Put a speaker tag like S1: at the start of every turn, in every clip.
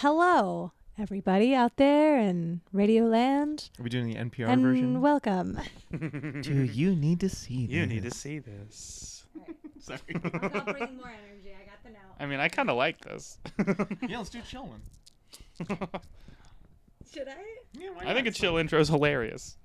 S1: hello, everybody out there in Radio Land,
S2: Are we doing the NPR
S1: and
S2: version?
S1: welcome.
S2: Do you need to see
S3: You need to
S2: this?
S3: see this.
S2: Sorry.
S4: Stop bringing more energy. I got the note.
S3: I mean, I kind of like this.
S2: yeah, let's do a chill one.
S4: Should I?
S2: Yeah, why
S3: I think
S2: not?
S3: a chill intro is hilarious.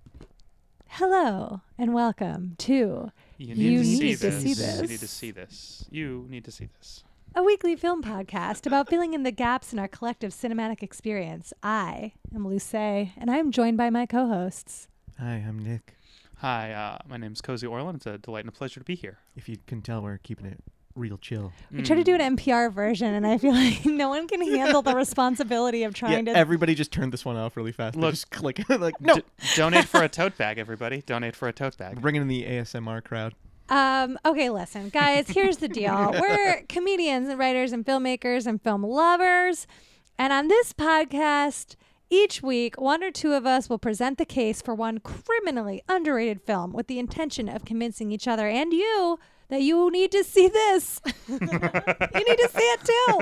S1: Hello, and welcome to
S3: You
S1: need You to see need to see this.
S3: You
S1: this.
S3: need to see this. You need to see this.
S1: a weekly film podcast about filling in the gaps in our collective cinematic experience. I am Luce, and I am joined by my co hosts.
S2: Hi, I'm Nick.
S3: Hi, uh, my name's Cozy Orland. It's a delight and a pleasure to be here.
S2: If you can tell, we're keeping it real chill.
S1: We try to
S2: Hmm.
S1: do an NPR version, and I feel like no one can handle the responsibility of
S2: Yeah,
S1: trying to.
S2: everybody just turned this one off really fast. They
S3: Look-
S2: just click like no.
S3: D- donate for a tote bag, everybody. Donate for a tote bag.
S2: We're bringing in the ASMR crowd.
S1: Um, okay, listen, guys, here's the deal. We're comedians and writers and filmmakers and film lovers. And on this podcast, each week, one or two of us will present the case for one criminally underrated film with the intention of convincing each other and you that you need to see this. you need to see it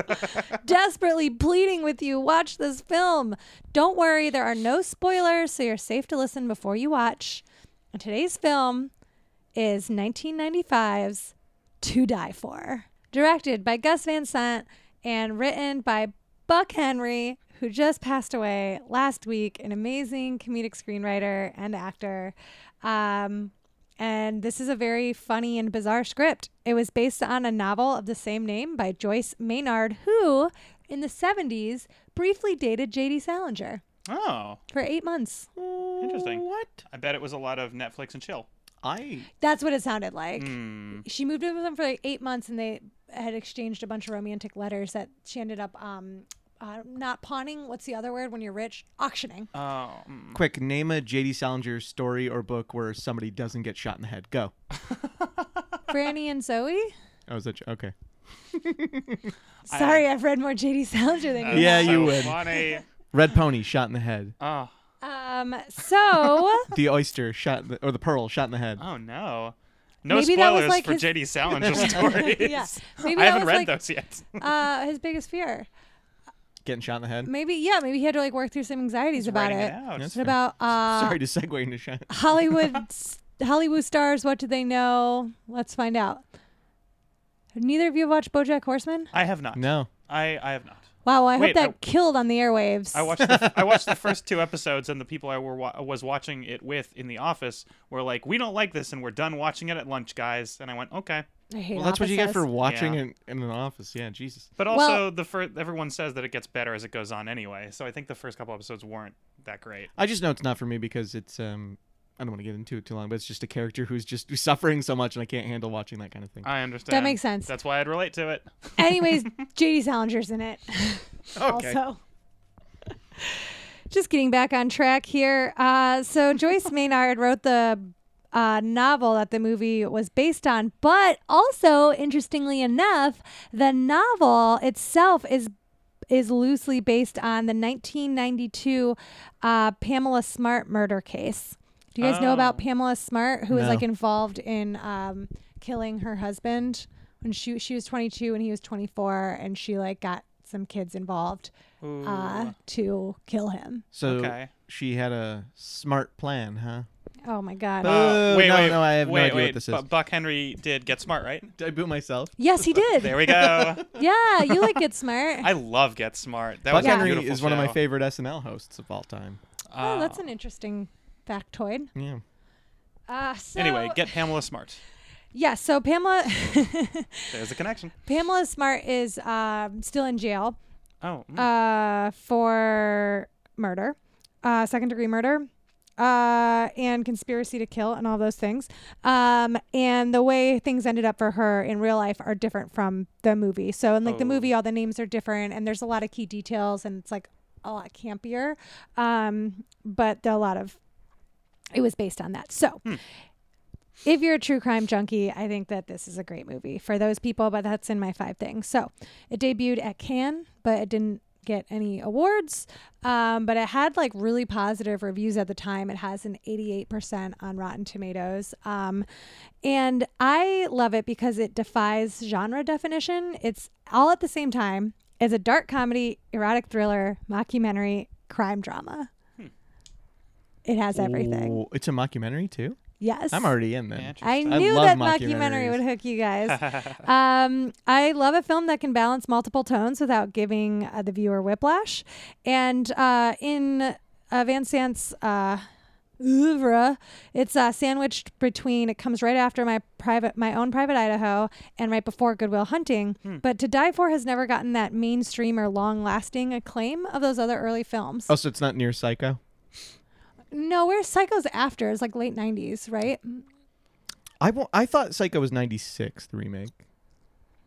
S1: too. Desperately pleading with you, watch this film. Don't worry, there are no spoilers, so you're safe to listen before you watch. And today's film is 1995's To Die For, directed by Gus Van Sant and written by Buck Henry, who just passed away last week, an amazing comedic screenwriter and actor. Um, and this is a very funny and bizarre script. It was based on a novel of the same name by Joyce Maynard, who in the 70s briefly dated J.D. Salinger
S3: Oh,
S1: for eight months.
S3: Interesting.
S2: What?
S3: I bet it was a lot of Netflix and chill.
S2: I
S1: That's what it sounded like.
S3: Hmm.
S1: she moved in with him for like eight months and they had exchanged a bunch of romantic letters that she ended up um uh, not pawning what's the other word when you're rich auctioning
S3: Oh, mm.
S2: quick name a J.D. Salinger story or book where somebody doesn't get shot in the head. Go.
S1: franny and zoe
S2: Oh, is that ch- okay?
S1: sorry I, have read more j.d salinger than you
S2: Yeah,
S3: That's
S2: you
S3: so
S2: would.
S3: Funny.
S2: Red pony shot in the head.
S3: Oh,
S1: um so
S2: The oyster shot in the, or the pearl shot in the head.
S3: oh no. No
S1: Maybe that was
S3: spoilers
S1: like
S3: for
S1: his-
S3: J.D. Salinger stories.
S1: yeah maybe that
S3: I haven't
S1: was
S3: read
S1: like
S3: those yet.
S1: uh his biggest fear
S2: Getting shot in the head.
S1: maybe yeah maybe he had to like work through some anxieties about
S3: Writing
S1: it,
S3: out.
S2: Yes.
S1: What about uh
S2: Sorry to segue into shot.
S1: Hollywood s- Hollywood stars, what do they know? Let's find out. Neither of you have watched BoJack Horseman?
S3: I have not.
S2: No.
S3: I, I have not.
S1: Wow, I
S3: Wait,
S1: hope that
S3: I-
S1: killed on the airwaves.
S3: I watched the, I watched the first two episodes, and the people I were wa- was watching it with in the office were like, "We don't like this, and we're done watching it at lunch, guys." And I went, "Okay."
S1: I hate
S2: Well, that's what you get
S1: offices.
S2: for watching
S3: Yeah.
S2: in, in an office. Yeah, Jesus.
S3: But
S1: Well-
S3: also, the first everyone says that it gets better as it goes on anyway. So I think the first couple episodes weren't that great.
S2: I just know it's not for me because it's um I don't want to get into it too long, but it's just a character who's just suffering so much and I can't handle watching that kind of thing.
S3: I understand.
S1: That makes sense.
S3: That's why I'd relate to it.
S1: Anyways, JD Salinger's in it. Also. uh, Just getting back on track here. Uh, so Joyce Maynard wrote the uh, novel that the movie was based on, but also interestingly enough, the novel itself is is loosely based on the 1992 uh, Pamela Smart murder case. Do you guys know
S3: Oh.
S1: about Pamela Smart, who was
S2: No.
S1: like involved in um, killing her husband when she she was 22 and he was 24, and she like got some kids involved
S3: Ooh.
S1: uh, to kill him.
S2: So
S3: Okay.
S2: she had a smart plan, huh?
S1: Oh my god!
S3: Uh,
S2: Boo,
S3: wait,
S2: no,
S3: wait,
S2: no, I have no
S3: wait,
S2: idea what
S3: wait.
S2: this
S3: Bu-
S2: is.
S3: Buck Henry did get smart, right?
S2: Did I boot myself?
S1: yes, he did.
S3: There we go.
S1: yeah, you like Get Smart.
S3: I love Get Smart. That
S2: Buck
S3: was a
S2: Henry
S3: beautiful
S2: is one of my
S3: show.
S2: favorite SNL hosts of all time.
S1: oh,
S3: Uh,
S1: that's an interesting factoid.
S2: Yeah.
S1: Uh, so,
S3: Anyway, get Pamela Smart.
S1: yeah. So Pamela,
S3: There's a connection.
S1: Pamela Smart is um, still in jail.
S3: Oh, mm.
S1: uh, for murder, uh, second degree murder, uh, and conspiracy to kill, and all those things. Um, and the way things ended up for her in real life are different from the movie. So, in like the
S3: Oh.
S1: movie, all the names are different, and there's a lot of key details, and it's like a lot campier. Um, but there are a lot of it was based on that. So. If you're a true crime junkie, I think that this is a great movie for those people, but that's in my five things. So, it debuted at Cannes, but it didn't get any awards. Um, but it had like really positive reviews at the time. It has an 88% on Rotten Tomatoes. Um, and I love it because it defies genre definition. It's all at the same time. It's a dark comedy, erotic thriller, mockumentary, crime drama. It has everything.
S2: Ooh, it's a mockumentary too.
S1: Yes.
S2: I'm already in then.
S1: I
S2: I
S1: knew
S2: love
S1: that mockumentary
S2: mockumentaries.
S1: would hook you guys. um, I love a film that can balance multiple tones without giving uh, the viewer whiplash. And uh, in uh, Van Sant's uh, oeuvre, it's uh, sandwiched between. It comes right after my private, my own private Idaho, and right before Goodwill Hunting.
S2: Hmm.
S1: But To Die For has never gotten that mainstream or long-lasting acclaim of those other early films.
S2: Oh, so it's not near Psycho.
S1: No, where Psycho's after is like late '90s, right?
S2: Hmm. I won't, I thought Psycho was '96 the remake.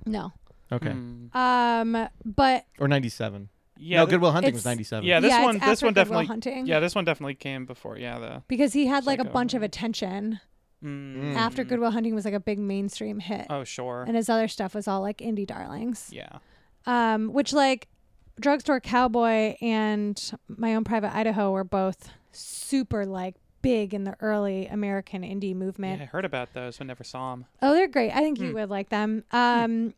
S1: No.
S2: Okay,
S1: Um, but
S2: or '97.
S3: Hmm. Yeah.
S2: no,
S3: th-
S2: Goodwill Hunting
S1: it's-
S2: was '97.
S3: Yeah, this
S1: Yeah, it's
S3: one. This
S1: after
S3: one
S1: Goodwill
S3: definitely.
S1: Hunting.
S3: Yeah, this one definitely came before. Yeah, the.
S1: because he had like a
S3: Psycho,
S1: bunch of
S3: right.
S1: attention
S3: Mm.
S1: after Goodwill Hunting was like a big mainstream hit,
S3: Oh sure.
S1: and his other stuff was all like indie darlings,
S3: yeah.
S1: um, which like Drugstore Cowboy and My Own Private Idaho were both super like big in the early American indie
S3: Yeah,
S1: movement.
S3: I heard about those, but never saw them.
S1: Oh, they're great. I think you
S3: Hmm.
S1: would like them. Um,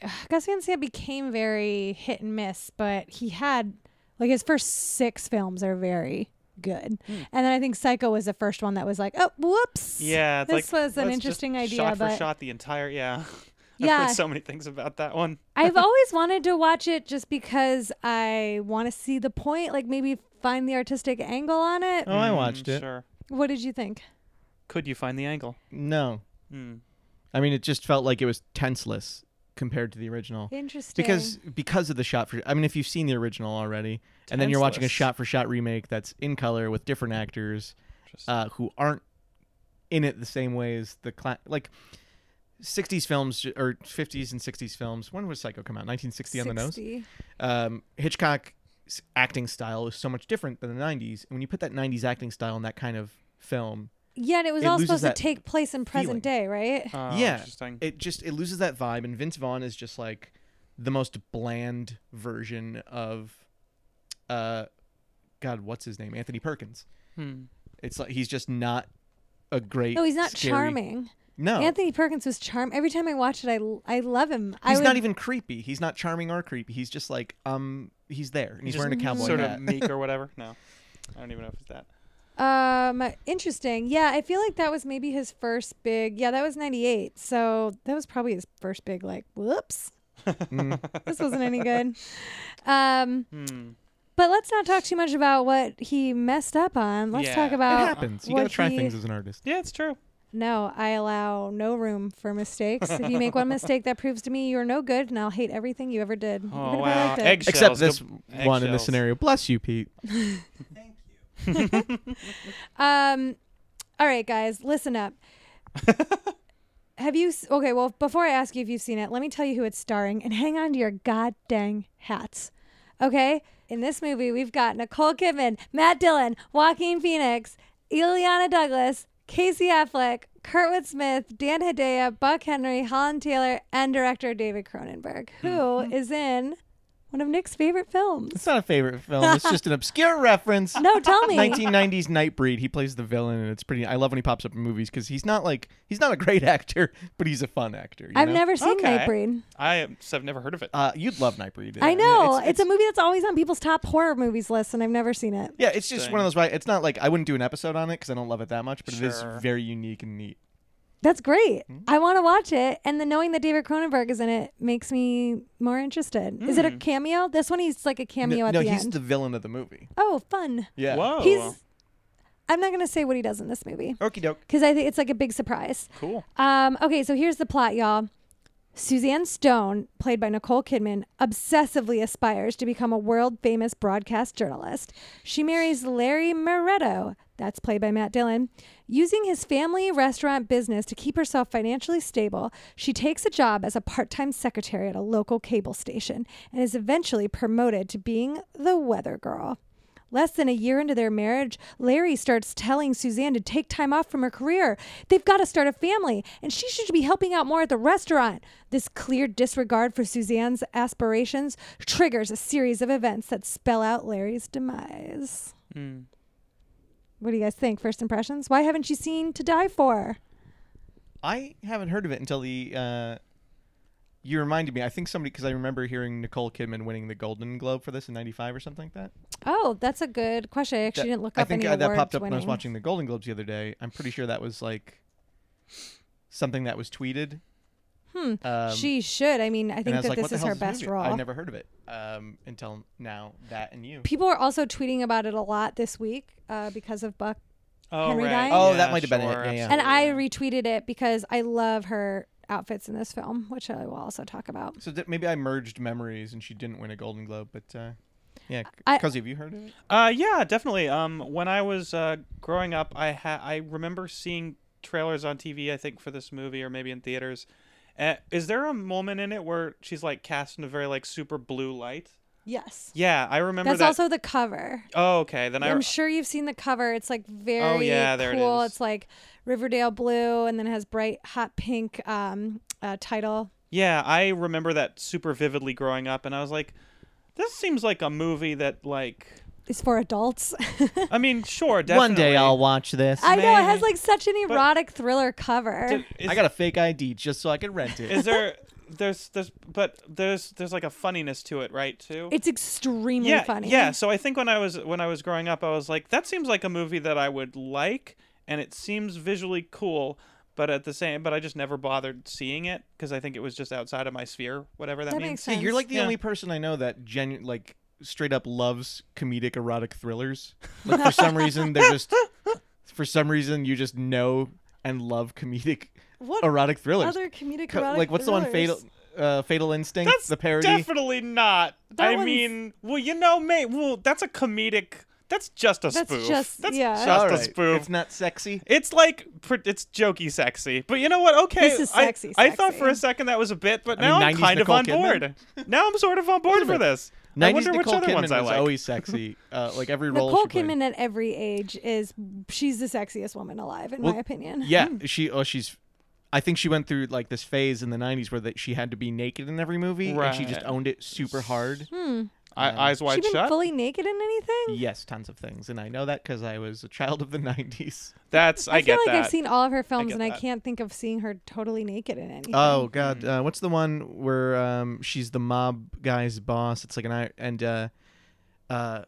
S1: Gus Van Sant became very hit and miss, but he had like his first six films are very good,
S3: Hmm.
S1: and then I think Psycho was the first one that was like, oh, whoops.
S3: Yeah, it's
S1: This
S3: like,
S1: was an
S3: let's just
S1: interesting idea,
S3: Shot
S1: but-
S3: for shot, the entire yeah. I've
S1: Yeah.
S3: heard so many things about that one.
S1: I've always wanted to watch it just because I want to see the point, like maybe find the artistic angle on it.
S2: Oh, I
S3: Mm,
S2: watched it.
S3: Sure.
S1: What did you think?
S3: Could you find the angle?
S2: No,
S3: Mm.
S2: I mean it just felt like it was tenseless compared to the original.
S1: Interesting.
S2: because because of the shot for I mean if you've seen the original already and then you're watching a
S3: Tenseless.
S2: shot for shot remake that's in color with different actors
S3: Just,
S2: uh, who aren't in it the same way as the cla- like 60s films j- or 50s and 60s films when was Psycho come out 1960 on the nose
S1: 60.
S2: um, Hitchcock's acting style is so much different than the 90s and when you put that 90s acting style in that kind of film
S1: Yeah, and it was
S2: It
S1: all
S2: loses
S1: supposed to
S2: that
S1: take place in present
S2: feeling.
S1: day, right?
S3: oh,
S2: Uh, yeah
S3: Interesting.
S2: it just it loses that vibe and vince vaughn is just like the most bland version of uh god what's his name anthony perkins
S3: Hmm.
S2: it's like he's just not a great
S1: No, he's not
S2: scary-
S1: charming.
S2: no
S1: Anthony Perkins was charm. Every time I watch it, I, l- I love him. I
S2: he's
S1: would,
S2: not even creepy he's not charming or creepy he's just like um he's there and he's
S3: Just
S2: wearing a cowboy
S3: Sort
S2: hat
S3: of meek or whatever. No, I don't even know if it's that.
S1: Um, interesting. Yeah, I feel like that was maybe his first big. Yeah, that was '98. So that was probably his first big. Like, whoops,
S2: Mm.
S1: this wasn't any good. Um,
S3: Hmm.
S1: but let's not talk too much about what he messed up on. Let's talk
S3: Yeah. It
S2: it
S1: about.
S2: happens you
S1: what
S2: gotta try
S1: he-
S2: things as an artist
S3: Yeah, it's true.
S1: No, I allow no room for mistakes. if you make one mistake, that proves to me you are no good, and I'll hate everything you ever did. even
S3: Oh
S1: if I
S3: wow.
S1: liked it.
S2: except
S3: Eggshells.
S2: this
S3: go-
S2: one in this
S3: eggshells.
S2: scenario bless you pete
S1: Um, all right, guys, listen up. Have you s- okay? Well, before I ask you if you've seen it, let me tell you who it's starring, and hang on to your god dang hats, okay? In this movie, we've got Nicole Kidman, Matt Dillon, Joaquin Phoenix, Ileana Douglas, Casey Affleck, Kurtwood Smith, Dan Hedaya, Buck Henry, Holland Taylor, and director David Cronenberg, who
S2: Mm-hmm.
S1: is in one of Nick's favorite films.
S2: it's not a favorite film it's just an obscure reference
S1: No, tell me.
S2: 1990s Nightbreed. He plays the villain, and it's pretty. I love when he pops up in movies because he's not like he's not a great actor, but he's a fun actor. you
S1: I've
S2: know?
S1: never seen
S3: Okay.
S1: Nightbreed.
S3: I am- so I've never heard of it.
S2: Uh, you'd love Nightbreed.
S1: I
S2: mean,
S1: know. It's, a movie that's always on people's top horror movies list, and I've never seen it.
S2: yeah. It's just one of those. Right. It's not like I wouldn't do an episode on it because I don't love it that much, but it
S3: Sure.
S2: is very unique and neat.
S1: That's great.
S2: Hmm?
S1: I want to watch it, and then knowing that David Cronenberg is in it makes me more interested. Is it a cameo? This one, he's like a cameo
S2: Hmm. no,
S1: at
S2: no,
S1: the
S2: he's
S1: end.
S2: the villain of the movie.
S1: oh, fun.
S2: Yeah.
S3: Whoa.
S1: He's. I'm not gonna say what he does in this movie
S2: Okie doke.
S1: because I think it's like a big surprise.
S3: cool.
S1: Um, okay, so here's the plot, y'all. Suzanne Stone, played by Nicole Kidman, obsessively aspires to become a world famous broadcast journalist. She marries Larry Moretto, that's played by Matt Dillon. Using his family restaurant business to keep herself financially stable, she takes a job as a part time secretary at a local cable station and is eventually promoted to being the weather girl. Less than a year into their marriage, Larry starts telling Suzanne to take time off from her career. They've got to start a family, and she should be helping out more at the restaurant. This clear disregard for Suzanne's aspirations triggers a series of events that spell out Larry's demise.
S3: Hmm.
S1: What do you guys think? First impressions? Why haven't you seen To Die For?
S2: I haven't heard of it until the. Uh, You reminded me. I think somebody because I remember hearing Nicole Kidman winning the Golden Globe for this in '95 or something like that.
S1: Oh, that's a good question. I actually didn't look
S2: I
S1: up
S2: think
S1: any
S2: uh, that
S1: awards
S2: popped up when I was
S1: winning.
S2: watching the Golden Globes the other day. I'm pretty sure that was like something that was tweeted.
S1: Hmm.
S2: Um,
S1: she should. I mean, I
S2: and I
S1: think
S2: was
S1: that
S2: like, what
S1: this
S2: the
S1: is
S2: hell
S1: her
S2: this
S1: best
S2: movie?
S1: role.
S2: I never heard of it um, until now. That and you.
S1: People are also tweeting about it a lot this week uh, because of Buck,
S3: Oh,
S1: Henry
S3: right.
S1: Dying? Oh,
S2: that might have been it.
S3: sure,
S2: Yeah, yeah.
S1: and I
S3: absolutely.
S1: retweeted it because I love her outfits in this film, which I will also talk about.
S2: So th- maybe I merged memories and she didn't win a Golden Globe, but uh, yeah,
S1: I-
S2: Cozy, have you heard of it?
S3: Uh, yeah, definitely. Um, when I was uh, growing up, I ha- I remember seeing trailers on TV. I think for this movie, or maybe in theaters. Uh, is there a moment in it where she's like cast in a very like super blue light?
S1: Yes,
S3: Yeah, I remember
S1: that's
S3: that.
S1: also the cover.
S3: oh, okay. Then I. Oh,
S1: I'm sure you've seen the cover. It's like very
S3: yeah, there it
S1: cool.
S3: is.
S1: It's like Riverdale blue, and then it has bright hot pink um, uh, title.
S3: Yeah, I remember that super vividly growing up, and I was like, "This seems like a movie that like."
S1: It's for adults.
S3: I mean, sure, definitely.
S2: watch this.
S1: I know it has
S3: Maybe.
S1: like such an
S3: But-
S1: erotic thriller cover.
S3: Did- is-
S2: I got a fake ID just so I can rent it.
S3: is there there's there's but there's there's like a funniness to it right too
S1: it's extremely
S3: yeah
S1: funny.
S3: yeah so i think when i was when i was growing up i was like that seems like a movie that i would like and it seems visually cool but at the same but i just never bothered seeing it because i think it was just outside of my sphere whatever that,
S1: That
S3: means
S1: makes
S2: Yeah, you're
S1: sense.
S2: like the
S3: Yeah.
S2: only person I know that genu- like straight up loves comedic erotic thrillers. Like for some reason they're just for some reason you just know and love comedic
S1: What
S2: erotic thrillers.
S1: other comedic
S2: Co-
S1: erotic
S2: like what's the one fatal uh, Fatal Instinct,
S3: that's
S2: the parody.
S3: definitely not
S1: That
S3: i
S1: one's-
S3: mean well you know mate well that's a comedic that's just a
S1: That's
S3: spoof
S1: just-
S3: that's
S1: yeah.
S3: just
S2: All
S3: a
S2: right,
S3: spoof
S2: It's not sexy.
S3: It's like pr- it's jokey sexy, but you know what? Okay,
S1: This is
S3: I-
S1: sexy,
S3: I, thought
S1: sexy.
S3: for a second that was a bit, but
S2: I mean,
S3: now I'm
S2: 90s
S3: kind
S2: Nicole
S3: of on
S2: Kidman?
S3: board. now I'm sort of on board for
S2: minute.
S3: this. I
S2: 90s
S3: wonder
S2: Nicole
S3: which other
S2: Kidman
S3: ones I
S2: was
S3: like.
S2: always sexy. Uh, like every role
S1: Nicole
S2: she played.
S1: Kidman at every age is she's the sexiest woman alive in
S2: Well,
S1: my opinion.
S2: Yeah, she oh she's I think she went through like this phase in the 90s where that she had to be naked in every movie and she just
S3: Right.
S2: owned it super hard.
S1: Hmm.
S3: I-
S2: Um,
S3: eyes
S1: She
S3: wide
S1: been
S3: shut.
S1: fully naked in anything?
S2: Yes, tons of things, and I know that because I was a child of the '90s.
S3: That's I,
S1: I, feel
S3: get
S1: like
S3: that.
S1: I've seen all of her films
S3: get
S1: and I
S3: that.
S1: can't think of seeing her totally naked in anything.
S2: Oh God,
S1: Mm.
S2: uh, what's the one where um, she's the mob guy's boss? It's like an I and uh, uh,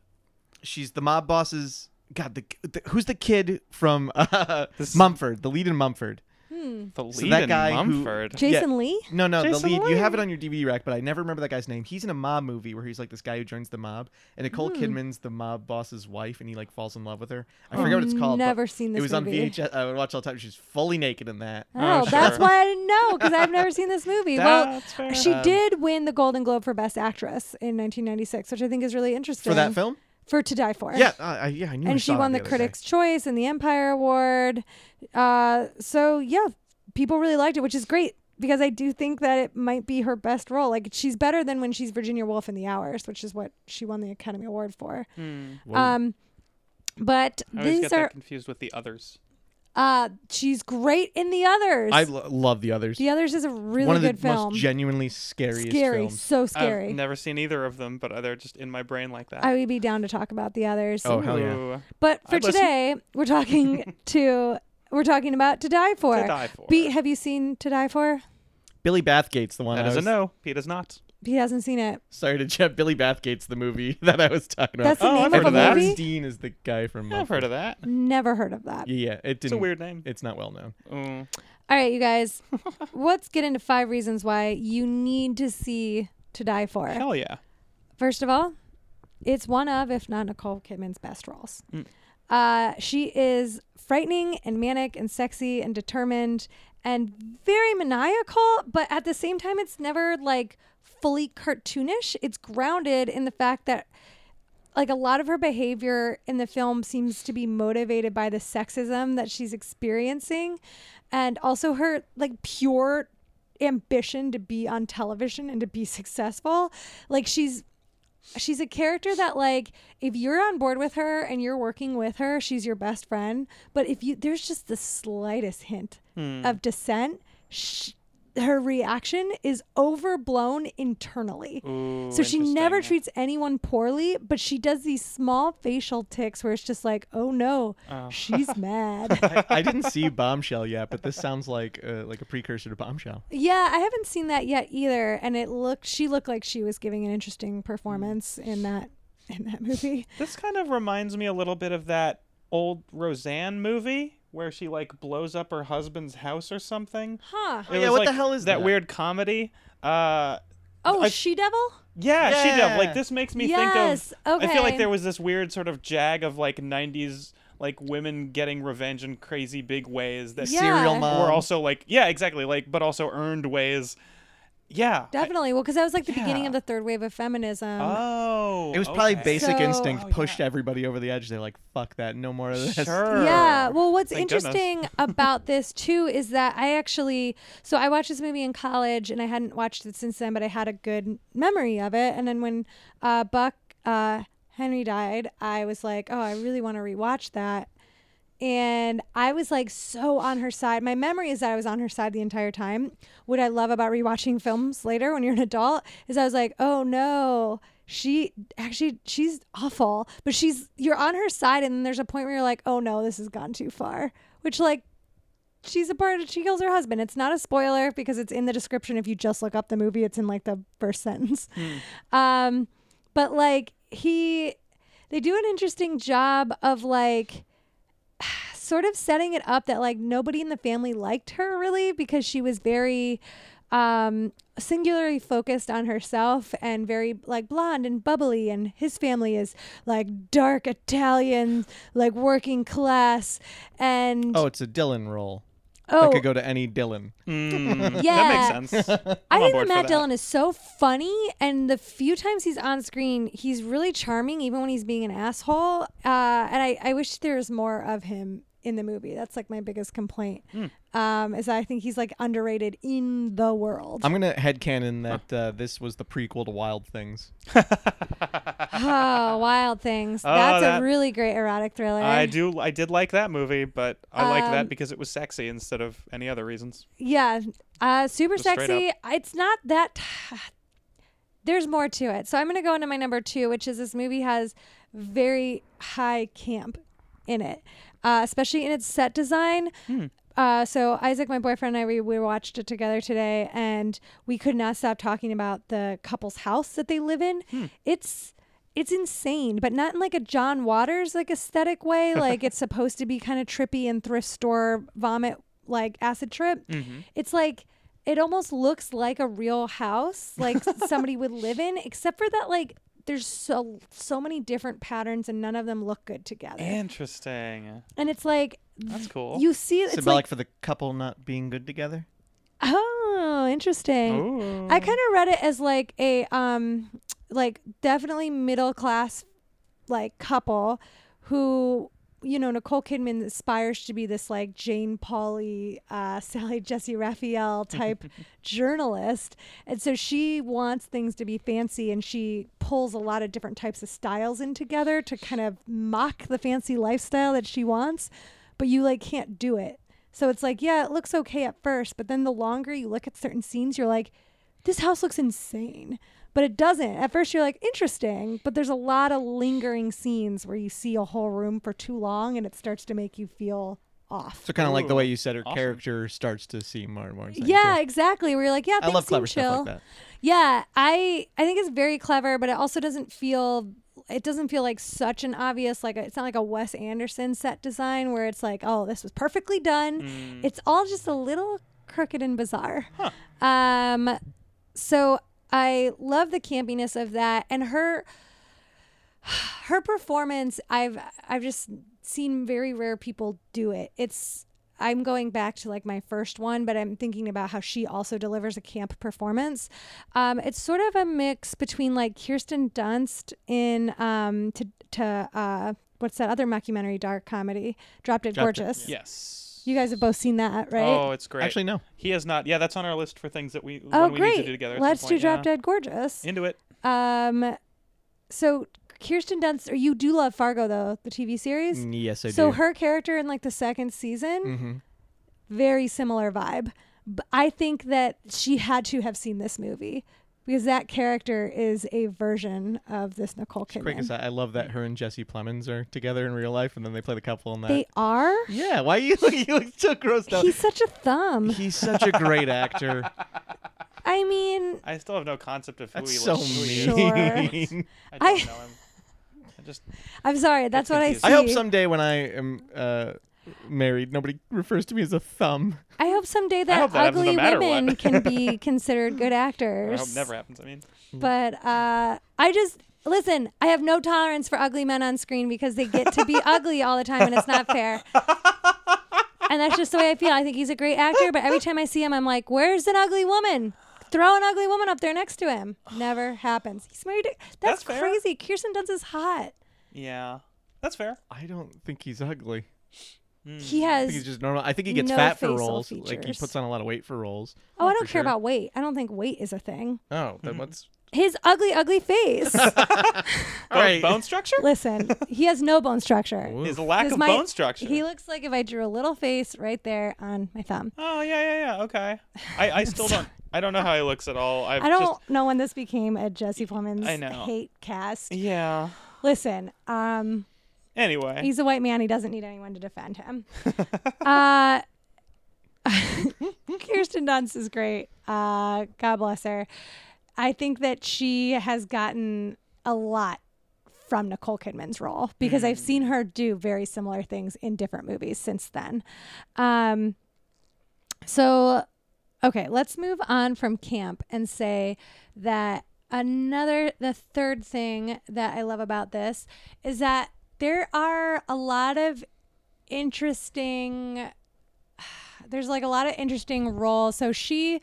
S2: she's the mob boss's. God, the, the who's the kid from uh,
S3: This-
S2: Mumford, the lead in Mumford?
S1: Hmm.
S3: the lead
S2: so that
S3: in
S2: guy who-
S3: Mumford.
S1: Jason Lee?
S2: No, no, the
S3: Jason
S2: lead. You have it on your DVD rack, but I never remember that guy's name. He's in a mob movie where he's like this guy who joins the mob, and
S1: Hmm.
S2: Nicole Kidman's the mob boss's wife, and he like falls in love with her. I forget what it's called. but
S1: Oh. Never seen this
S2: It was
S1: movie.
S2: on VHS. I would watch all the time. She's fully naked in that.
S1: Oh,
S3: Oh,
S1: that's
S3: sure.
S1: why I didn't know because I've never seen this movie. well,
S3: That's fair.
S1: she
S2: Um,
S1: did win the Golden Globe for Best Actress in 1996, which I think is really interesting
S2: For that film?
S1: for To Die For.
S2: Yeah, I I- yeah, I knew. I
S1: and she
S2: saw that
S1: won the,
S2: other day.
S1: Critics' Choice and the Empire Award. Uh, so yeah, people really liked it, which is great because I do think that it might be her best role. Like she's better than when she's Virginia Woolf in The Hours, which is what she won the Academy Award for.
S3: Hmm.
S2: Whoa.
S1: Um, but
S3: I always get
S1: these
S3: that
S1: are
S3: confused with the others.
S1: uh, she's great in The Others.
S2: I lo- love the others.
S1: the Others is a really
S2: One of
S1: good
S2: the
S1: film.
S2: most genuinely scariest
S1: scary,
S2: films.
S1: so scary.
S3: I've never seen either of them, but they're just in my brain like that.
S1: I would be down to talk about the others.
S2: Oh, hell yeah.
S3: Ooh,
S1: But for
S3: I'd listen.
S1: today, we're talking to we're talking about to die for.
S3: to die for.
S1: Pete, have you seen To Die For?
S2: Billy Bathgate's the one.
S3: that
S2: I
S3: is a
S2: was-
S3: no. Pete is not.
S1: He hasn't seen it.
S2: Sorry to jump. Billy Bathgate's the movie that I was talking about.
S1: That's the
S3: Oh, I've
S1: name
S3: heard
S1: of
S3: of
S1: a
S3: that.
S1: movie.
S2: Dean is the guy from.
S3: I've heard of that.
S1: Never heard of that.
S2: Yeah, yeah, it didn't.
S3: It's a weird name.
S2: It's not well known.
S3: Mm.
S1: All right, you guys, let's get into five reasons why you need to see To Die For.
S3: Hell yeah.
S1: First of all, it's one of, if not Nicole Kidman's best roles.
S3: Mm.
S1: Uh, she is frightening and manic and sexy and determined and very maniacal, but at the same time, it's never like fully cartoonish. It's grounded in the fact that like a lot of her behavior in the film seems to be motivated by the sexism that she's experiencing and also her like pure ambition to be on television and to be successful like she's she's a character that like if you're on board with her and you're working with her she's your best
S3: Hmm.
S1: friend but if you there's just the slightest hint of dissent sh- her reaction is overblown internally.
S3: Ooh,
S1: so she never
S3: interesting.
S1: treats anyone poorly, but she does these small facial ticks where it's just like, "Oh no,
S3: Oh.
S1: she's mad."
S2: I, I didn't see Bombshell yet, but this sounds like uh, like a precursor to Bombshell.
S1: yeah, I haven't seen that yet either, and it looked she looked like she was giving an interesting performance in that in that movie.
S3: This kind of reminds me a little bit of that old Roseanne movie where she like blows up her husband's house or something.
S1: Huh.
S3: It
S2: Oh, yeah,
S3: was
S2: what the
S3: like
S2: hell is that?
S3: weird comedy? Uh,
S1: Oh,
S3: I-
S1: she devil?
S3: yeah, she did.
S2: Yeah.
S3: Like this makes me
S1: Yes.
S3: think of. I feel
S1: Okay.
S3: like there was this weird sort of jag of like '90s like women getting revenge in crazy big ways that
S1: Yeah.
S2: Serial
S1: Or
S2: mom.
S3: were also like yeah exactly like but also earned ways. Yeah. I-
S1: Definitely. Well, because that was like the beginning
S3: Yeah.
S1: of the third wave of feminism.
S3: oh.
S2: It was probably
S3: okay.
S2: Basic
S1: So-
S2: Instinct
S3: Oh,
S2: pushed everybody over the edge. They're like, "Fuck that, no more of this."
S3: Sure.
S1: Yeah. Well, what's
S3: Thank goodness.
S1: interesting about this too is that I actually so I watched this movie in college and I hadn't watched it since then, but I had a good memory of it. And then when uh, Buck uh, Henry died, I was like, oh, I really want to rewatch that. And I was like so on her side. My memory is that I was on her side the entire time. What I love about rewatching films later when you're an adult is I was like, oh no, she actually she's awful, but she's you're on her side, and then there's a point where you're like, oh no, this has gone too far. Which like she's a part of she kills her husband. It's not a spoiler because it's in the description. If you just look up the movie, it's in like the first sentence. Um, but like he they do an interesting job of like sort of setting it up that like nobody in the family liked her really because she was very um singularly focused on herself and very like blonde and bubbly and his family is like dark italian like working class and
S2: Oh, it's a Dylan role.
S1: Oh,
S2: That could go to any Dylan.
S3: Mm,
S1: Yeah.
S3: That makes sense.
S1: I
S3: I'm
S1: think
S3: on
S1: that
S3: board for
S1: Matt
S3: that.
S1: Dillon is so funny, and the few times he's on screen, he's really charming, even when he's being an asshole. Uh, and I, I wish there was more of him in the movie. That's like my biggest complaint.
S3: Hmm.
S1: Um, is I think he's like underrated in the world.
S2: I'm gonna headcanon that uh, this was the prequel to Wild Things.
S1: oh, Wild Things.
S3: Oh,
S1: That's
S3: that-
S1: a really great erotic thriller.
S3: I do. I did like that movie, but I liked
S1: Um,
S3: that because it was sexy instead of any other reasons.
S1: Yeah, uh, super
S3: Just straight
S1: sexy. It's not that. There's more to it. So I'm going to go into my number two, which is this movie has very high camp in it, uh, especially in its set design. Uh, so Isaac, my boyfriend, and I we, we watched it together today, and we could not stop talking about the couple's house that they live in. It's it's insane, but not in like a John Waters like aesthetic way. Like it's supposed to be kind of trippy and thrift store vomit like acid trip. It's like it almost looks like a real house, like somebody would live in, except for that like there's so so many different patterns and none of them look good together. And,
S3: Interesting.
S1: it's like
S3: That's cool.
S1: Mm, you see it's
S2: Symbolic
S1: like
S2: for the couple not being good together.
S1: oh interesting.
S3: Ooh.
S1: I kind of read it as like a um like definitely middle class like couple who you know Nicole Kidman aspires to be this like Jane Pauley, uh, Sally Jesse Raphael type journalist, and so she wants things to be fancy, and she pulls a lot of different types of styles in together to kind of mock the fancy lifestyle that she wants, but you like can't do it. So it's like yeah, it looks okay at first, but then the longer you look at certain scenes, you're like, this house looks insane but it doesn't at first you're like interesting but there's a lot of lingering scenes where you see a whole room for too long and it starts to make you feel off
S2: So kind of like the
S3: Ooh,
S2: way you said her
S3: awesome.
S2: character starts to see more and more. insane, too.
S1: yeah exactly where you're like yeah
S2: I
S1: things
S2: love clever
S1: seem chill
S2: stuff like that.
S1: yeah i i think it's very clever but it also doesn't feel it doesn't feel like such an obvious like it's not like a wes anderson set design where it's like oh this was perfectly done
S2: Mm.
S1: it's all just a little crooked and bizarre um so i love the campiness of that and her her performance i've i've just seen very rare people do it it's i'm going back to like my first one but i'm thinking about how she also delivers a camp performance um, it's sort of a mix between like kirsten dunst in um, to, to uh, what's that other mockumentary dark comedy drop dead
S2: Drop Dead,
S1: gorgeous
S3: Yes.
S1: you guys have both seen that right
S3: Oh, it's great.
S2: Actually, no.
S3: he has not. Yeah, that's on our list for things that we.
S1: Oh,
S3: one We
S1: great!
S3: need to do together. at some
S1: Let's do
S3: point,
S1: Drop
S3: yeah.
S1: Dead Gorgeous.
S3: Into it.
S1: Um, so Kirsten Dunst, or you do love Fargo though, the TV series.
S2: Mm, Yes, I
S1: so
S2: do.
S3: Mm.
S2: Mm-hmm.
S1: her character in like the second season,
S2: Mhm.
S1: very similar vibe, b- I think that she had to have seen this movie because that character is a version of this Nicole
S2: Quick
S1: Kidman.
S2: aside, I love that her and Jesse Plemons are together in real life, and then they play the couple in that.
S1: They are.
S2: yeah, why you look, you look so grossed out?
S1: He's such a thumb.
S2: He's such a great actor.
S1: I mean,
S3: I still have no concept of who
S2: That's
S3: he
S2: so
S3: looks. who he is.
S1: Sure.
S2: mean.
S3: I
S1: I-
S3: don't know him. I just
S1: I'm sorry. That's what I see.
S3: confused.
S2: I hope someday when I am uh, married, nobody refers to me as a thumb.
S1: I hope someday
S3: I
S1: that,
S3: hope that happens no
S1: ugly
S3: matter
S1: women
S3: what.
S1: can be considered good
S3: I
S1: actors.
S3: hope never happens. I mean,
S1: But uh, I just listen. I have no tolerance for ugly men on screen because they get to be ugly all the time, and it's not fair. And that's just the way I feel. I think he's a great actor, but every time I see him, I'm like, "Where's an ugly woman? Throw an ugly woman up there next to him." Never happens. He's married. To, that's,
S3: That's fair.
S1: crazy. Kirsten Dunst is hot.
S3: yeah, that's fair. Hmm.
S2: I don't think he's ugly.
S3: Mm.
S1: He
S2: I think he's
S1: has.
S2: just normal. I think he gets
S1: No
S2: fat for
S1: facial
S2: roles. Like he
S1: features.
S2: puts on a lot of weight for roles.
S1: Oh, I
S2: for
S1: don't care
S2: sure.
S1: about weight. I don't think weight is a thing.
S2: Oh, then what's
S1: His ugly, ugly face.
S3: Bone,
S2: right.
S3: bone structure.
S1: Listen, he has no bone structure.
S2: Ooh.
S3: His lack
S1: 'Cause
S3: of
S1: my-
S3: bone structure.
S1: He looks like if I drew a little face right there on my thumb.
S3: Oh yeah, yeah, yeah. Okay. I, I still don't. I don't know how he looks at all. I've
S1: I don't
S3: Just,
S1: know when this became a Jesse Plemons
S3: I know.
S1: hate cast.
S3: yeah.
S1: Listen, um,
S3: Anyway.
S1: he's a white man. He doesn't need anyone to defend him. uh, Kirsten Dunst is great. Uh, God bless her. I think that she has gotten a lot from Nicole Kidman's role because
S3: Mm.
S1: I've seen her do very similar things in different movies since then. Um, so, okay, let's move on from camp and say that another, the third thing that I love about this is that there are a lot of interesting there's like a lot of interesting roles. So she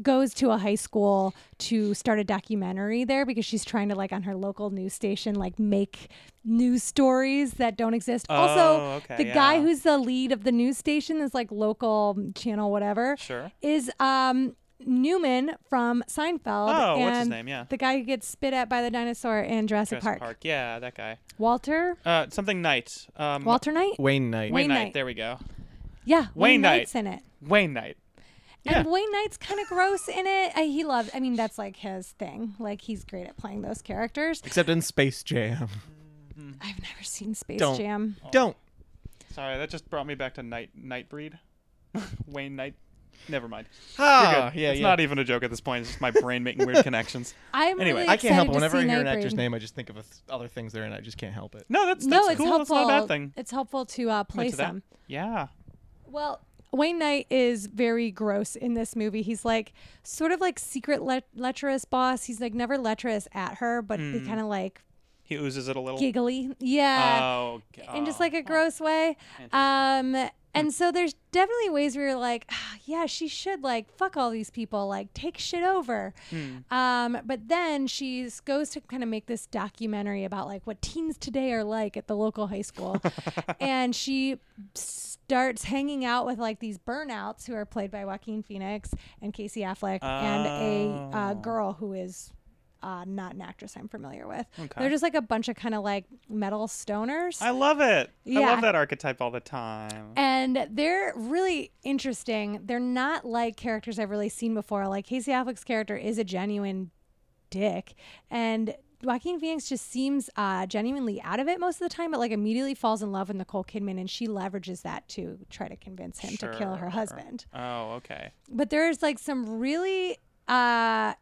S1: goes to a high school to start a documentary there because she's trying to like on her local news station like make news stories that don't exist. also,
S3: Oh, okay,
S1: the guy
S3: yeah.
S1: who's the lead of the news station this like local um, channel whatever
S3: Sure.
S1: is um Newman from Seinfeld.
S3: Oh, what's his
S1: and
S3: name? Yeah.
S1: The guy who gets spit at by the dinosaur in Jurassic,
S3: Jurassic
S1: Park.
S3: Yeah, that guy.
S1: Walter
S3: Uh, something Knight. Um,
S1: Walter Knight?
S2: Wayne
S1: Wayne
S2: Knight?
S3: Wayne
S1: Knight.
S3: Knight. There we go.
S1: Yeah, Wayne
S3: Wayne Knight.
S1: Knight's in it.
S3: Wayne Knight. Yeah.
S1: And Wayne Knight's kind of gross in it. I, he loves. I mean, that's like his thing. Like he's great at playing those characters.
S2: Except in Space Jam.
S1: I've never seen Space
S2: Don't.
S1: Jam.
S3: Oh.
S2: Don't.
S3: Sorry, that just brought me back to Night Nightbreed. Wayne Knight. Never mind. You're
S2: Ah,
S3: good.
S2: yeah,
S3: it's
S2: yeah.
S3: not even a joke at this point. It's just my brain making weird connections.
S1: I'm
S3: Anyway,
S1: really
S2: I can't help it.
S1: excited to
S2: Whenever I
S1: see
S2: hear an
S1: Nightbreed.
S2: actor's name, I just think of th- other things they're in. I just can't help it.
S3: No, that's,
S1: no,
S3: that's
S1: it's
S3: cool.
S1: helpful.
S3: That's not a bad thing.
S1: It's helpful to uh,
S3: Went
S1: play
S3: to that.
S1: some.
S3: Yeah.
S1: Well, Wayne Knight is very gross in this movie. He's like sort of like secret le- lecherous boss. He's like never lecherous at her, but he kind of like
S3: He oozes it a little.
S1: giggly. Yeah.
S3: oh,
S1: in just like a gross way. Um,
S3: Hmm.
S1: and so there's definitely ways where you're like, "Ah, yeah, she should like fuck all these people, like take shit over.
S3: Hmm.
S1: Um, but then she goes to kind of make this documentary about like what teens today are like at the local high school, and she starts hanging out with like these burnouts who are played by Joaquin Phoenix and Casey Affleck and a uh,
S3: Oh.
S1: girl who is uh, not an actress I'm familiar with.
S3: Okay.
S1: They're just like a bunch of kind of like metal stoners.
S3: I love it. I
S1: Yeah.
S3: love that archetype all the time.
S1: and they're really interesting. They're not like characters I've really seen before. Like Casey Affleck's character is a genuine dick, and Joaquin Phoenix just seems uh, genuinely out of it most of the time, but like immediately falls in love with Nicole Kidman, and she leverages that to try to convince him to kill her
S3: Sure.
S1: husband.
S3: Oh, okay.
S1: But there's like some really uh,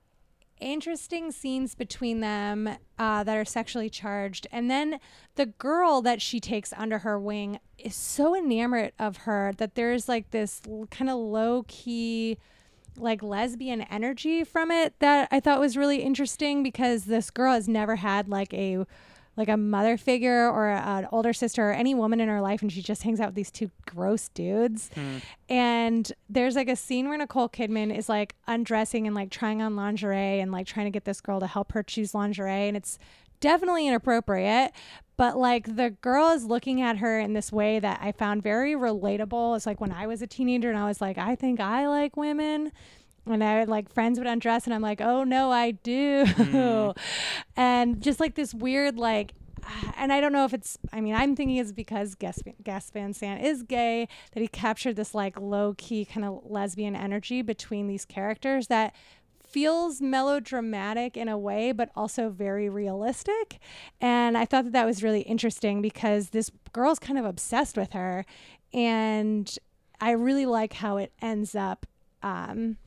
S1: interesting scenes between them uh, that are sexually charged. And then the girl that she takes under her wing is so enamored of her that there's like this kind of low key, like lesbian energy from it that I thought was really interesting because this girl has never had like a like a mother figure or an older sister or any woman in her life and she just hangs out with these two gross dudes and there's like a scene where nicole kidman is like undressing and like trying on lingerie and like trying to get this girl to help her choose lingerie and it's definitely inappropriate but like the girl is looking at her in this way that i found very relatable it's like when i was a teenager and i was like i think i like women and I would like friends would undress, and I'm like, oh no, I do, and just like this weird like and I don't know if it's. I mean, I'm thinking it's because Gas- Gas Van Sant is gay that he captured this like low key kind of lesbian energy between these characters that feels melodramatic in a way, but also very realistic. And I thought that that was really interesting because this girl's kind of obsessed with her, and I really like how it ends up. Um,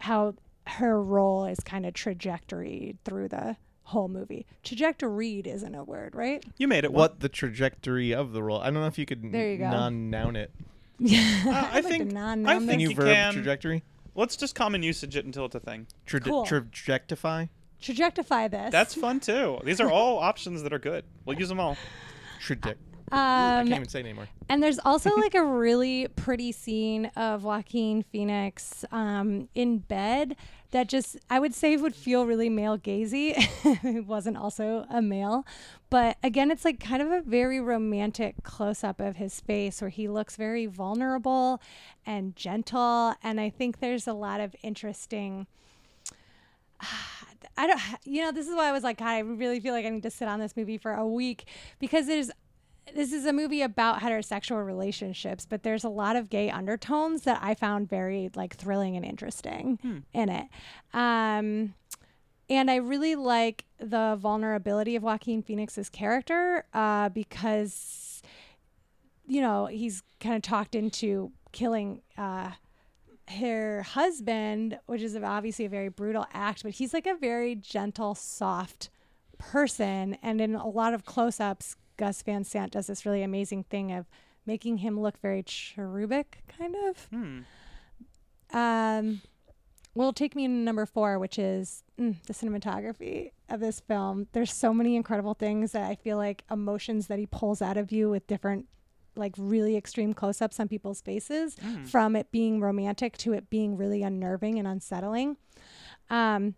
S1: how her role is kind of trajectory through the whole movie. Trajectory isn't a word, right?
S3: You made it. work.
S2: What the trajectory of the role? I don't know if you could
S1: There you go.
S2: non-noun it.
S1: Yeah.
S3: Uh, I think- I
S2: Can
S3: think
S2: you
S3: you
S2: verb
S3: can.
S2: trajectory?
S3: Let's just common usage it until it's a thing.
S2: Tra-
S1: Cool.
S2: Trajectify?
S1: trajectify this.
S3: That's fun too. These are all options that are good. We'll use them all.
S2: Traject. I can't
S1: um,
S2: even say it anymore.
S1: and there's also like a really pretty scene of Joaquin Phoenix um, in bed that just I would say would feel really male gazy. it wasn't also a male, but again, it's like kind of a very romantic close up of his face where he looks very vulnerable and gentle. And I think there's a lot of interesting. I don't, you know, this is why I was like, God, I really feel like I need to sit on this movie for a week because it is, this is a movie about heterosexual relationships, but there's a lot of gay undertones that I found very like thrilling and interesting in it. Um, and I really like the vulnerability of Joaquin Phoenix's character uh, because, you know, he's kind of talked into killing uh, her husband, which is obviously a very brutal act, but he's like a very gentle, soft person. And in a lot of close ups, Gus Van Sant does this really amazing thing of making him look very cherubic, kind of.
S3: Hmm.
S1: Um, will take me to number four, which is mm, the cinematography of this film. There's so many incredible things that I feel like emotions that he pulls out of you with different, like really extreme close ups on people's faces, from it being romantic to it being really unnerving and unsettling. Um,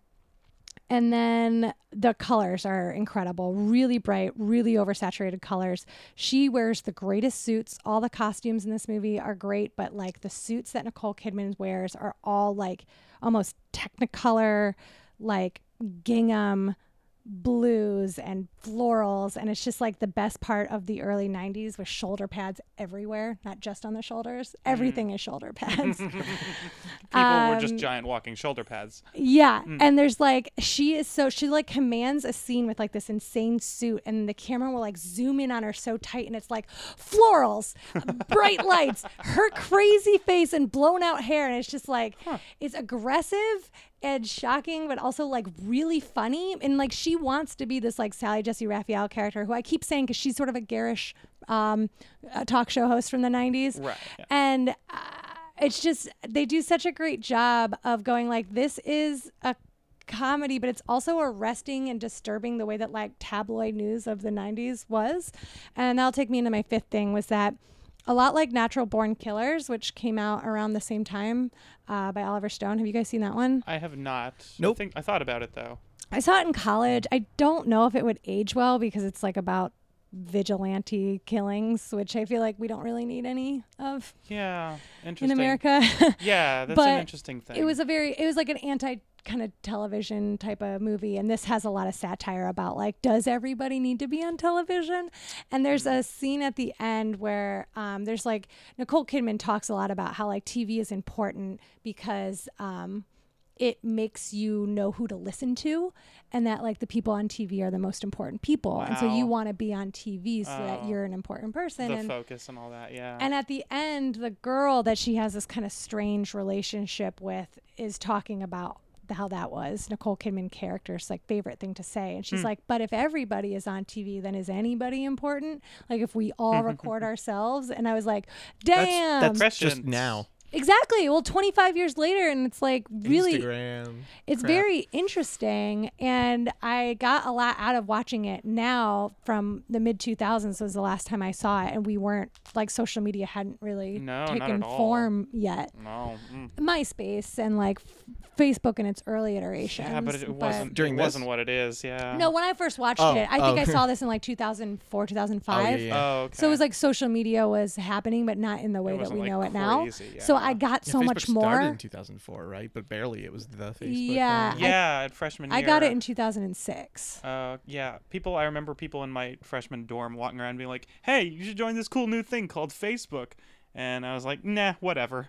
S1: and then the colors are incredible, really bright, really oversaturated colors. She wears the greatest suits. All the costumes in this movie are great, but like the suits that Nicole Kidman wears are all like almost technicolor, like gingham blues and florals. And it's just like the best part of the early 90s with shoulder pads everywhere, not just on the shoulders. Everything is shoulder pads.
S3: People were just
S1: Um,
S3: giant walking shoulder pads.
S1: Yeah. And there's like, she is so, she like commands a scene with like this insane suit, and the camera will like zoom in on her so tight, and it's like florals, bright lights, her crazy face, and blown out hair. And it's just like, it's aggressive and shocking, but also like really funny. And like, she wants to be this like Sally Jesse Raphael character, who I keep saying because she's sort of a garish um, uh talk show host from the 90s.
S3: Right, yeah.
S1: And, uh, it's just they do such a great job of going like this is a comedy but it's also arresting and disturbing the way that like tabloid news of the 90s was and that'll take me into my fifth thing was that a lot like natural born killers which came out around the same time uh, by oliver stone have you guys seen that one
S3: I have not.
S2: Nope.
S3: I, think, I thought about it though.
S1: I saw it in college. I don't know if it would age well because it's like about vigilante killings, which I feel like we don't really need any of
S3: Yeah. Interesting.
S1: in America.
S3: Yeah, that's
S1: But
S3: an interesting thing.
S1: it was a very, it was like an anti kind of television type of movie. And this has a lot of satire about like, does everybody need to be on television? And there's
S3: Mm-hmm.
S1: a scene at the end where um, there's like, Nicole Kidman talks a lot about how like TV is important because, um, it makes you know who to listen to and that like the people on TV are the most important people. And so you
S3: Wow.
S1: want to be on TV so that
S3: Oh.
S1: you're an important person.
S3: the
S1: and
S3: focus and all that. Yeah.
S1: and at the end, the girl that she has this kind of strange relationship with is talking about th- how that was Nicole Kidman character's like favorite thing to say. And
S2: Hmm.
S1: she's like, but if everybody is on TV, then is anybody important? Like if we all record ourselves. And I was like, damn.
S2: Mm-hmm. That's, that's just
S3: Prescience.
S2: now.
S1: exactly. Well, 25 years later. And it's like really,
S2: Instagram.
S1: it's
S2: crap.
S1: very interesting, and I got a lot out of watching it now. From the mid two thousands was the last time I saw it, and we weren't like social media hadn't really
S3: No, not
S1: taken
S3: at all.
S1: form yet.
S3: no. mm.
S1: MySpace and like f- Facebook in its early iterations.
S3: Yeah, but it, it wasn't.
S2: During
S3: it
S2: this?
S3: wasn't what it is. Yeah.
S1: No, when I first watched
S2: Oh,
S1: it, I think
S2: oh.
S1: I saw this in like two thousand four, two thousand five.
S2: yeah, yeah.
S3: Oh. Okay.
S1: So it was like social media was happening, but not in the way that
S3: wasn't,
S1: we
S3: like,
S1: know it now.
S3: crazy,
S1: So so I got
S2: Yeah,
S1: so
S2: Facebook
S1: much
S2: Started
S1: more.
S2: in 2004, right? But barely. It was the Facebook.
S1: Yeah.
S2: thing.
S3: yeah, at freshman year.
S1: I got it in 2006.
S3: Uh, yeah, people. I remember people in my freshman dorm walking around being like, "Hey, you should join this cool new thing called Facebook," and I was like, "Nah, whatever."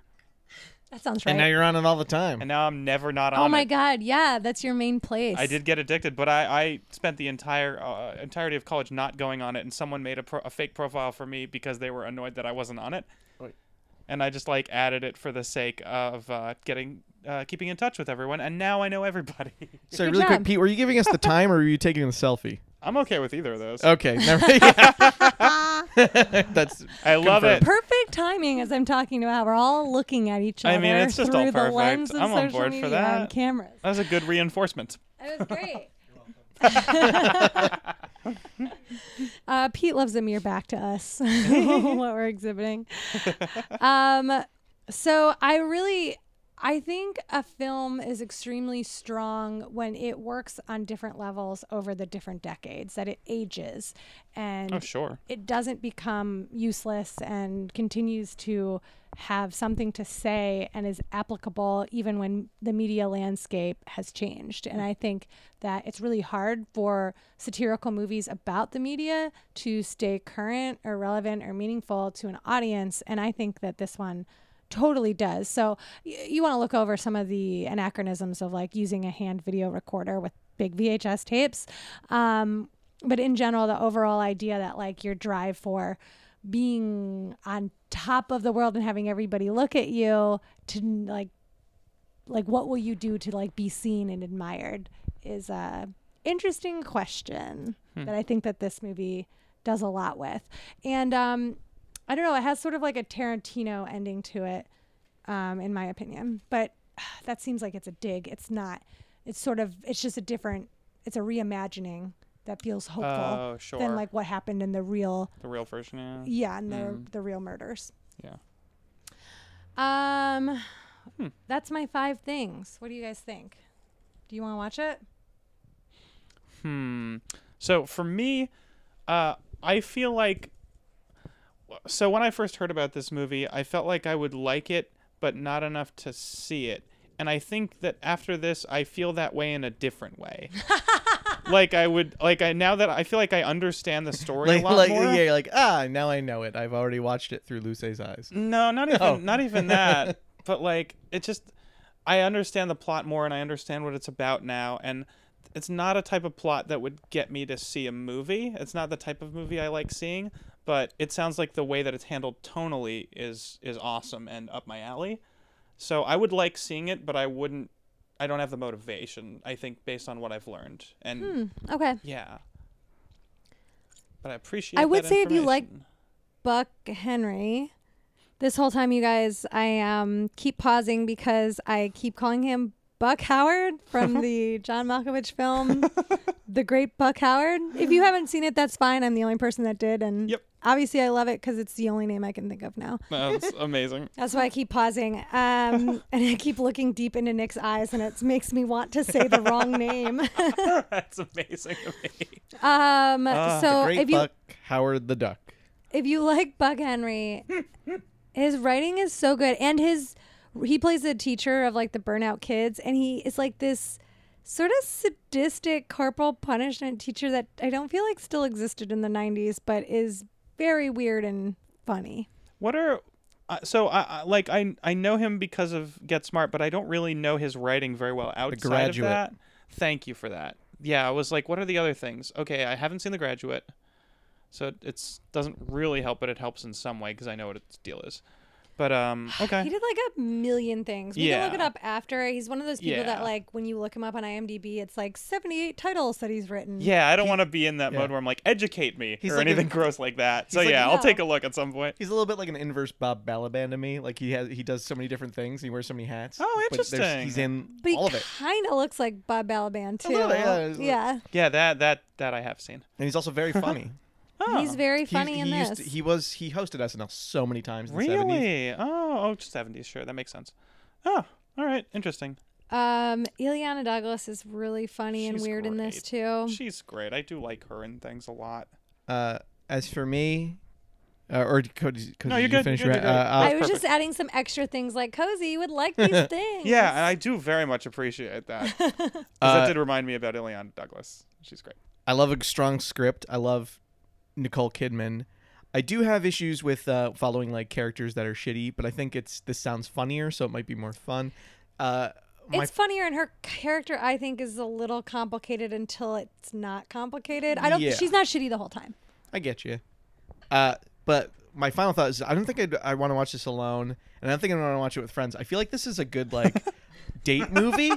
S1: That sounds
S2: And now
S1: right.
S2: you're on it all the time.
S3: And now I'm never not on.
S1: Oh my
S3: it.
S1: god, yeah, that's your main place.
S3: I did get addicted, but I, I spent the entire uh, entirety of college not going on it, and someone made a, pro- a fake profile for me because they were annoyed that I wasn't on it,
S2: Right.
S3: and I just like added it for the sake of uh, getting uh, keeping in touch with everyone, and now I know everybody.
S2: so
S1: Good
S2: really
S1: job.
S2: quick, Pete, were you giving us the time or were you taking the selfie?
S3: I'm okay with either of those.
S2: Okay, never. yeah. That's.
S3: I love it.
S1: Perfect timing as I'm talking about. We're all looking at each other.
S3: I mean, it's just
S1: through
S3: all
S1: the
S3: perfect.
S1: lens of
S3: I'm on
S1: social
S3: board for
S1: media
S3: that.
S1: and cameras.
S3: That was a good reinforcement.
S1: It was great. uh, Pete loves a mirror back to us, what we're exhibiting. Um, so I really, I think a film is extremely strong when it works on different levels over the different decades, that it ages and
S3: Oh sure.
S1: it doesn't become useless and continues to have something to say and is applicable even when the media landscape has changed. And I think that it's really hard for satirical movies about the media to stay current or relevant or meaningful to an audience. And I think that this one totally does. So y- you want to look over some of the anachronisms of like using a hand video recorder with big VHS tapes. Um, but in general, the overall idea that like your drive for being on top of the world and having everybody look at you to like like what will you do to like be seen and admired is a interesting question
S3: Hmm.
S1: that I think that this movie does a lot with. And um I don't know, it has sort of like a Tarantino ending to it um in my opinion, but that seems like it's a dig. It's not. It's sort of it's just a different it's a reimagining that feels hopeful
S3: Oh sure.
S1: than like what happened in the real
S3: the real version. Yeah.
S1: yeah, and the
S3: Mm.
S1: the real murders.
S3: Yeah.
S1: Um,
S3: Hmm.
S1: that's my five things. What do you guys think? Do you want to watch it?
S3: Hmm. So for me, uh, I feel like. So when I first heard about this movie, I felt like I would like it, but not enough to see it. And I think that after this, I feel that way in a different way. like I would, like I now that I feel like I understand the story
S2: Like,
S3: a lot
S2: like,
S3: more.
S2: yeah, like, ah, now I know it. I've already watched it through Luce's eyes.
S3: No, not even
S2: No.
S3: not even that. but like it just I understand the plot more and I understand what it's about now and it's not a type of plot that would get me to see a movie. It's not the type of movie I like seeing, but it sounds like the way that it's handled tonally is is awesome and up my alley. So I would like seeing it, but I wouldn't I don't have the motivation, I think based on what I've learned. And
S1: Hmm. Okay.
S3: yeah. But I appreciate
S1: I would
S3: that
S1: say if you like-
S3: information.
S1: Buck Henry. This whole time, you guys, I um keep pausing because I keep calling him Buck Howard from the John Malkovich film, The Great Buck Howard. If you haven't seen it, that's fine. I'm the only person that did, and
S3: Yep.
S1: obviously, I love it because it's the only name I can think of now.
S3: That's amazing.
S1: That's why I keep pausing. Um, and I keep looking deep into Nick's eyes, and it makes me want to say the wrong name.
S3: That's amazing to me.
S1: um,
S3: Ah,
S1: so
S2: Great
S1: if you
S2: Buck Howard the Duck.
S1: if you like Buck Henry, his writing is so good, and his he plays the teacher of like the burnout kids, and he is like this sort of sadistic corporal punishment teacher that I don't feel like still existed in the '90s, but is very weird and funny.
S3: What are uh, so I, I like I I know him because of Get Smart, but I don't really know his writing very well outside
S2: Graduate.
S3: of that. Thank you for that. Yeah, I was like, what are the other things? Okay, I haven't seen The Graduate, so it- it's doesn't really help, but it helps in some way because I know what its deal is. But um,
S1: He
S3: okay,
S1: did like a million things. We can look it
S3: Yeah.
S1: up after. He's one of those people that
S3: Yeah.
S1: like when you look him up on IMDb, it's like 78 titles that he's written.
S3: yeah, I don't want to be in that
S2: yeah.
S3: mode where I'm like, educate me
S2: He's
S3: or
S2: like a-
S3: anything gross like that. So
S2: like
S3: yeah,
S1: a-
S3: I'll take a look at some point.
S2: He's a little bit like an inverse Bob Balaban to me. Like he has, he does so many different things. He wears so many hats.
S3: Oh,
S2: but there's-
S3: interesting.
S2: He's in
S1: But he
S2: all of it,
S1: kind of looks like Bob Balaban too.
S2: little, yeah, it's-
S1: yeah.
S3: Yeah, that that that I have seen.
S2: and he's also very funny.
S3: Oh,
S1: He's very
S2: He-
S1: funny
S2: he,
S1: in
S2: used
S1: this.
S2: to- he was he hosted SNL so many times. In the 70s.
S3: really. Oh, oh, 70s, sure, that makes sense. Oh, all right, interesting.
S1: um, Ileana Douglas is really funny and
S3: She's
S1: weird in this
S3: great.
S1: too.
S3: She's great. I do like her and things a lot.
S2: Uh, as for me, Uh, or Cody, Cody,
S3: No, you're
S2: did you
S3: good,
S2: finish
S3: you're
S2: your-
S3: good,
S2: uh,
S3: you're good.
S2: uh,
S1: I
S3: That's
S1: was just adding some extra things like cozy would like these things.
S3: Yeah, and I do very much appreciate that. 'Cause
S2: Uh,
S3: that did remind me about Ileana Douglas. She's great.
S2: I love a strong script. I love Nicole Kidman. I do have issues with uh, following like characters that are shitty, but I think it's this sounds funnier, so it might be more fun. Uh, my
S1: it's funnier, and her character I think is a little complicated until it's not complicated. I don't.
S2: Yeah.
S1: She's not shitty the whole time.
S2: I get you. Uh, but my final thought is I don't think I'd, I want to watch this alone, and I don't think I want to watch it with friends. I feel like this is a good like date movie.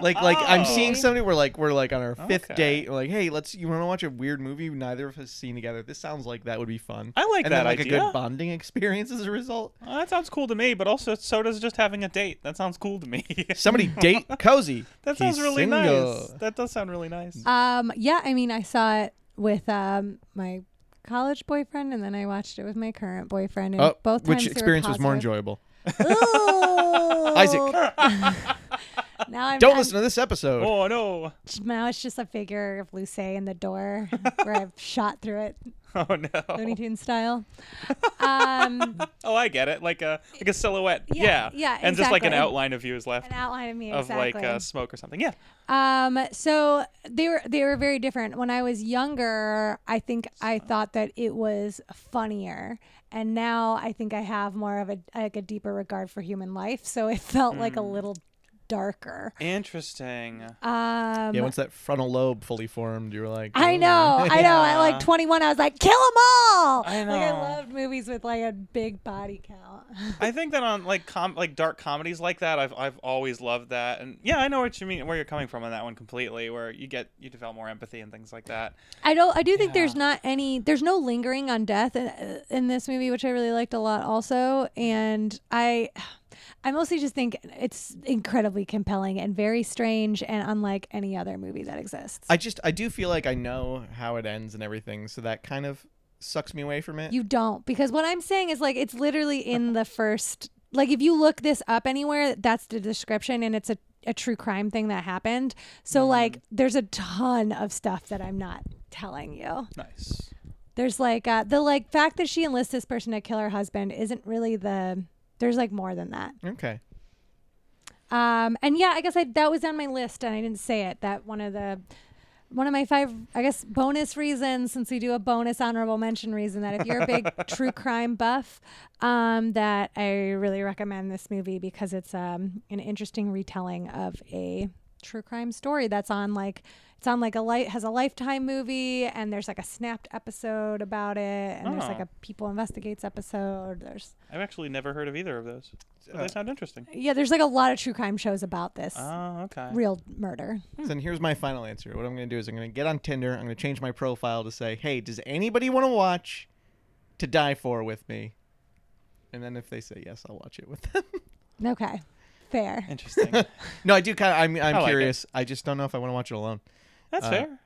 S2: Like like I'm seeing
S1: Oh.
S2: somebody we're like we're like on our fifth
S3: Okay.
S2: date. We're like, hey, let's you want to watch a weird movie neither of us seen together. This sounds like that would be fun.
S3: I like
S2: and
S3: that
S2: then, like
S3: idea.
S2: a good bonding experience as a result.
S3: Uh, that sounds cool to me, but also so does just having a date. That sounds cool to me.
S2: Somebody date cozy.
S3: that sounds
S2: He's
S3: really nice.
S2: single.
S3: That does sound really nice.
S1: Um. Yeah. I mean, I saw it with um my college boyfriend, and then I watched it with my current boyfriend, and
S2: Oh,
S1: both
S2: which
S1: times they were
S2: experience was more
S1: positive.
S2: enjoyable?
S1: Ooh.
S2: Isaac,
S1: Now I'm,
S2: don't
S1: I'm-
S2: listen to this episode.
S3: oh no!
S1: Now it's just a figure of Luce in the door where I've shot through it,
S3: Oh
S1: Looney
S3: no!
S1: Tunes style. Um,
S3: Oh, I get it. Like a like a silhouette.
S1: Yeah,
S3: Yeah.
S1: yeah,
S3: And just like an
S1: exactly.
S3: outline of you is left
S1: an outline of me
S3: of
S1: exactly.
S3: like uh, smoke or something. Yeah.
S1: Um, so they were they were very different. When I was younger, I think I thought that it was funnier, and now I think I have more of a like a deeper regard for human life. So it felt like a little darker.
S3: Interesting.
S1: Um,
S2: yeah, once that frontal lobe fully formed, you were like, "Mm."
S1: I
S2: "Ooh."
S1: know, I know. At like
S3: Yeah.
S1: 21, I was like, "Kill them all!"
S3: I
S1: Like I
S3: know.
S1: loved movies with like a big body count.
S3: I think that on like com like dark comedies like that, I've I've always loved that, and yeah, I know what you mean, where you're coming from on that one completely, where you get you develop more empathy and things like that.
S1: I don't. I do think there's
S3: Yeah.
S1: not any. There's no lingering on death in, in this movie, which I really liked a lot, also. And I, I mostly just think it's incredibly compelling and very strange and unlike any other movie that exists.
S2: I just I do feel like I know how it ends and everything, so that kind of sucks me away from it.
S1: you don't, because what I'm saying is like it's literally in the first. Like if you look this up anywhere, that's the description, and it's a a true crime thing that happened. So like there's a ton of stuff that I'm not telling you.
S3: Nice.
S1: there's like uh, the like fact that she enlists this person to kill her husband isn't really the there's like more than that
S2: okay.
S1: um and yeah i guess i that was on my list and i didn't say it that one of the one of my five i guess bonus reasons since we do a bonus honorable mention reason that if you're a big true crime buff um that i really recommend this movie because it's um an interesting retelling of a true crime story that's on like it's on like a light has a lifetime movie and there's like a snapped episode about it and there's like
S3: Oh.
S1: a people investigates episode there's
S3: I've actually never heard of either of those. But they sound interesting.
S1: yeah there's like a lot of true crime shows about this
S3: Oh, okay.
S1: real murder
S2: Then here's my final answer. What I'm going to do is I'm going to get on Tinder. I'm going to change my profile to say, "Hey, does anybody want to watch To Die For with me?" And then if they say yes, I'll watch it with them.
S1: Okay. Fair.
S3: Interesting.
S2: no, I do kind of. I'm I'm
S3: I like it.
S2: curious. I just don't know if I want to watch it alone
S3: That's
S2: Uh,
S3: fair.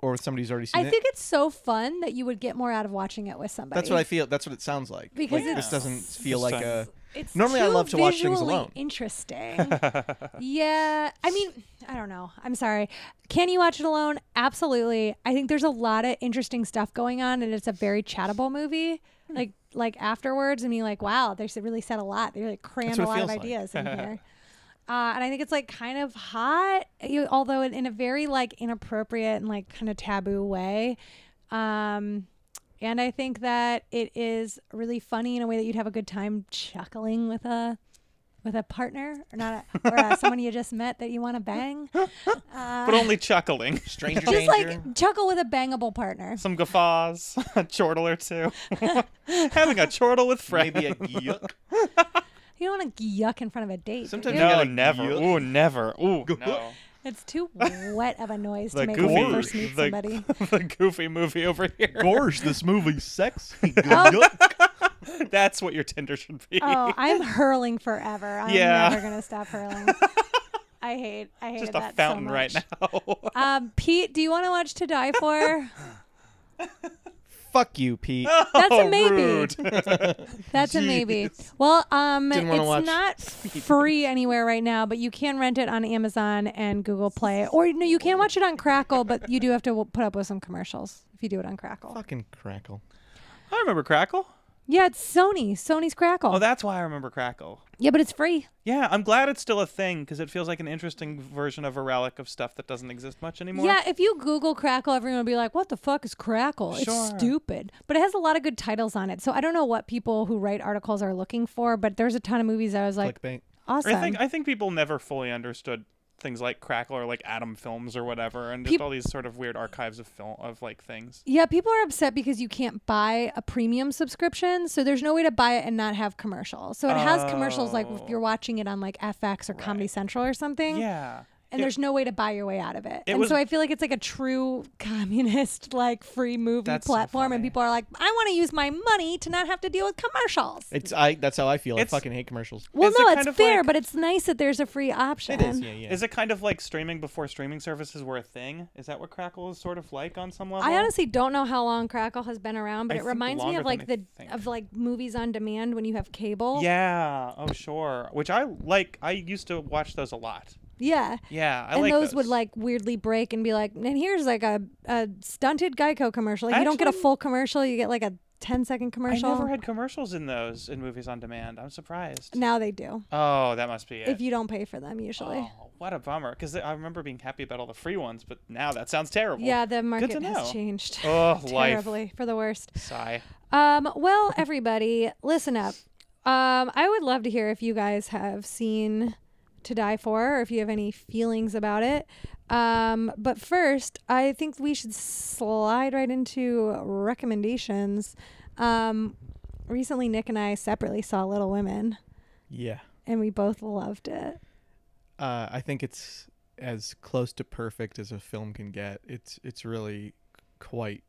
S2: or with somebody who's already seen
S1: I
S2: it.
S1: think it's so fun that you would get more out of watching it with somebody.
S2: That's what I feel. That's what it sounds like.
S1: Because
S2: like, this
S1: it's-
S2: doesn't feel like a.
S1: It's
S2: Normally I
S1: too
S2: love to watch things
S1: visually
S2: alone.
S1: Interesting. yeah. I mean, I don't know. I'm sorry. Can you watch it alone? Absolutely. I think there's a lot of interesting stuff going on and it's a very chattable movie.
S2: Hmm.
S1: Like like afterwards and you're like, wow, they really said a lot. They really crammed a
S2: what it
S1: lot of
S2: feels like.
S1: ideas in here. Uh, and I think it's like kind of hot, you, although in, in a very like inappropriate and like kind of taboo way. Um, and I think that it is really funny in a way that you'd have a good time chuckling with a with a partner or not, a, or uh someone you just met that you want to bang. uh.
S3: but only chuckling.
S2: Stranger
S1: Just
S2: danger.
S1: like chuckle with a bangable partner.
S3: Some guffaws, a chortle or two. Having a chortle with friends.
S2: maybe a yuck.
S1: You don't want to yuck in front of a date. do
S2: Sometimes
S1: you?
S2: you
S3: No,
S2: gotta
S3: never.
S2: yuck.
S3: Ooh, never. Ooh, no.
S1: it's too wet of a noise to
S3: The
S1: make
S3: goofy,
S1: when you first meet somebody.
S3: the, the goofy movie over here.
S2: Gorge, this movie's sexy.
S3: That's what your Tinder should be.
S1: Oh, I'm hurling forever. I'm
S3: Yeah.
S1: never gonna stop hurling. I hate. I hated
S3: Just a
S1: that
S3: fountain
S1: so
S3: right
S1: much.
S3: now.
S1: now. Um, Pete, do you want to watch To Die For?
S2: Fuck you, Pete.
S1: That's a
S3: Oh,
S1: maybe.
S3: rude.
S1: That's a maybe. Well, um,
S2: Didn't
S1: it's
S2: wanna watch
S1: not free anywhere right now, but you can rent it on Amazon and Google Play, or no, you can watch it on Crackle, but you do have to w- put up with some commercials if you do it on Crackle.
S2: Fucking crackle.
S3: I remember Crackle.
S1: Yeah, it's Sony. Sony's Crackle.
S3: Oh, that's why I remember Crackle.
S1: yeah, but it's free.
S3: Yeah, I'm glad it's still a thing because it feels like an interesting version of a relic of stuff that doesn't exist much anymore.
S1: Yeah, if you Google Crackle, everyone will be like, "What the fuck is Crackle?"
S3: Sure.
S1: It's stupid, but it has a lot of good titles on it. So I don't know what people who write articles are looking for, but there's a ton of movies that I was like,
S2: Clickbait.
S1: "Awesome."
S3: I think I think people never fully understood things like Crackle or like Atom Films or whatever, and
S1: Peop-
S3: just all these sort of weird archives of film of like things.
S1: yeah, people are upset because you can't buy a premium subscription, so there's no way to buy it and not have commercials. So it has commercials like if
S3: Oh.
S1: you're watching it on like FX or Comedy Central or something.
S3: Yeah.
S1: And
S3: It-
S1: there's no way to buy your way out of it.
S3: It
S1: and
S3: was-
S1: so I feel like it's like a true communist, like free movie
S3: That's so
S1: platform. and
S3: funny.
S1: people are like, I want to use my money to not have to deal with commercials.
S2: It's I. That's how I feel.
S3: It's-
S2: I fucking hate commercials.
S1: Well,
S3: Is it
S1: no,
S3: kind
S1: it's
S3: of
S1: fair,
S3: like-
S1: but it's nice that there's a free option.
S2: It is. Yeah, yeah.
S3: Is it kind of like streaming before streaming services were a thing? Is that what Crackle is sort of like on some level?
S1: I honestly don't know how long Crackle has been around, but
S3: I
S1: it
S3: think
S1: reminds me
S3: longer
S1: of like the
S3: than I think.
S1: of like movies on demand when you have cable.
S3: Yeah. Oh, sure. Which I like. I used to watch those a lot.
S1: Yeah.
S3: Yeah, I
S1: and
S3: like
S1: those, would like weirdly break and be like, and here's like a, a stunted Geico commercial. Like, you don't get a
S3: Actually-
S1: full commercial, you get like a 10 second
S3: I
S1: commercial.
S3: never had commercials in those in movies on demand. I'm surprised.
S1: now they do.
S3: Oh, that must be it.
S1: If you don't pay for them usually.
S3: Oh, what a bummer. Because I remember being happy about all the free ones, but now that sounds terrible.
S1: Yeah, the market
S3: to
S1: has
S3: know.
S1: changed
S3: Oh, life.
S1: terribly for the worst.
S3: Sigh.
S1: Um, well, everybody, listen up. Um, I would love to hear if you guys have seen To Die For or if you have any feelings about it. Um, but first, I think we should slide right into recommendations. Um, recently, Nick and I separately saw Little Women
S2: Yeah.
S1: and we both loved it.
S2: Uh, I think it's as close to perfect as a film can get. It's it's really quite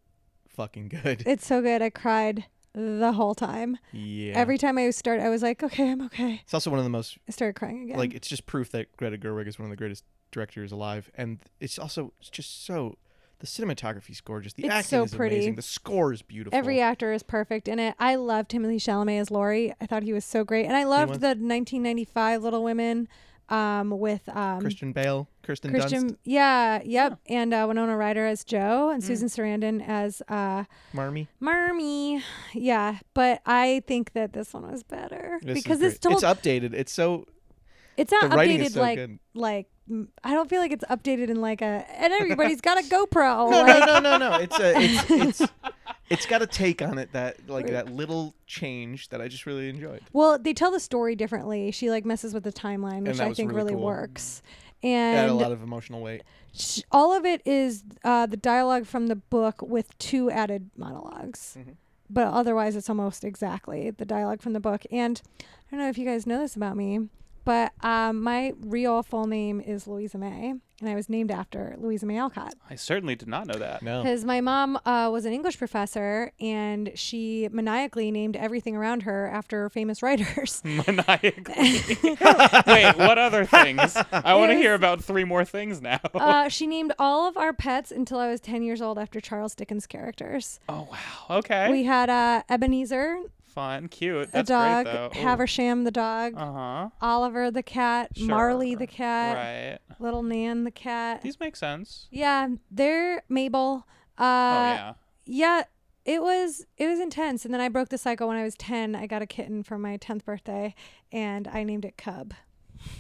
S2: fucking good.
S1: It's so good. I cried the whole time.
S2: Yeah.
S1: Every time I start, I was like, okay, I'm okay.
S2: it's also one of the most
S1: I started crying again.
S2: like it's just proof that Greta Gerwig is one of the greatest directors alive, and it's also it's just so the cinematography's gorgeous, the
S1: It's
S2: acting
S1: so
S2: is
S1: pretty.
S2: amazing, the score is beautiful.
S1: Every um, actor is perfect in it. I loved Timothy Chalamet as Laurie. I thought he was so great, and I loved
S2: was.
S1: the 1995 Little Women um, with um,
S2: Christian Bale, Kirsten Dunst,
S1: Christian- yeah, yep, and uh, Winona Ryder as Joe, and Susan Sarandon as uh,
S2: Marmy.
S1: Marmy. Yeah, but I think that this one was better
S2: This is
S1: because it's
S2: great.
S1: told.
S2: it's updated. It's so
S1: it's not
S2: the writing
S1: updated
S2: is so
S1: like
S2: good.
S1: like mm, I don't feel like it's updated in like a and everybody's got a GoPro.
S2: No,
S1: like,
S2: no, no, no, no. It's a, it's it's it's got a take on it that like that little change that I just really enjoyed.
S1: Well, they tell the story differently. She like messes with the timeline, which
S2: that
S1: I
S2: was
S1: think
S2: really
S1: really
S2: cool.
S1: works.
S2: It had a
S1: And
S2: lot of emotional weight.
S1: sh- all of it is uh, the dialogue from the book with two added monologs
S2: Mm-hmm.
S1: But otherwise, it's almost exactly the dialogue from the book. And I don't know if you guys know this about me, but um, my real full name is Louisa May, and I was named after Louisa May Alcott.
S3: I certainly did not know that.
S2: No,
S1: Because my mom uh, was an English professor, and she maniacally named everything around her after famous writers.
S3: Maniacally. Wait, what other things? I want to
S1: There's-
S3: hear about three more things now.
S1: uh, she named all of our pets until I was 10 years old after Charles Dickens characters.
S3: oh, wow. Okay.
S1: We had uh, Ebenezer,
S3: Fun. Cute.
S1: the
S3: That's
S1: dog,
S3: great, though.
S1: Haversham, the dog,
S3: Uh huh.
S1: Oliver, the cat, Marley, the
S3: Sure.
S1: cat,
S3: Right.
S1: Little Nan, the cat.
S3: These make sense.
S1: yeah, they're Mabel. Uh,
S3: oh, yeah.
S1: yeah, it was it was intense. And then I broke the cycle when I was 10. I got a kitten for my 10th birthday, and I named it Cub.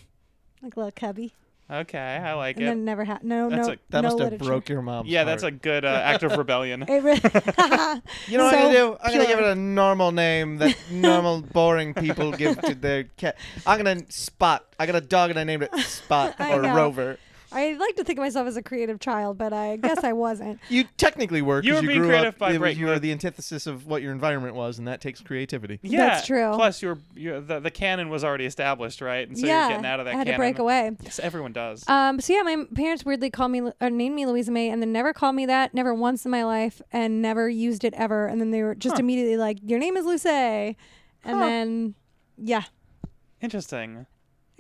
S1: Like a little cubby,
S3: Okay. I like
S1: and
S3: it.
S1: then never had no
S3: That's
S1: no
S3: a-
S1: no
S2: that must have
S1: literature.
S2: broke your mom's
S3: yeah, that's a
S2: heart.
S3: good uh, act of rebellion.
S1: It really,
S2: You know what I'm
S1: so
S2: gonna do? I'm gonna give
S1: pure.
S2: it a normal name that normal, boring people give to their cat. I'm gonna Spot. I got a dog and I named it Spot
S1: I
S2: or
S1: know.
S2: Rover.
S1: I like to think of myself as a creative child, but I guess I wasn't.
S2: You technically were. 'cause
S3: You were
S2: you
S3: being
S2: grew
S3: creative
S2: up,
S3: by
S2: it was-
S3: breaking
S2: You were
S3: up.
S2: the antithesis of what your environment was, and that takes creativity.
S3: Yeah,
S1: That's true.
S3: Plus, you were, you the the canon was already established, right? And so
S1: yeah,
S3: you're getting out of that.
S1: I had to
S3: canon.
S1: break away.
S3: Yes, everyone does.
S1: Um, so yeah, my parents weirdly called me or named me Louisa May, and then never called me that, never once in my life, and never used it ever. And then they were just immediately like, "Your name is Luce," and then yeah,
S3: Interesting.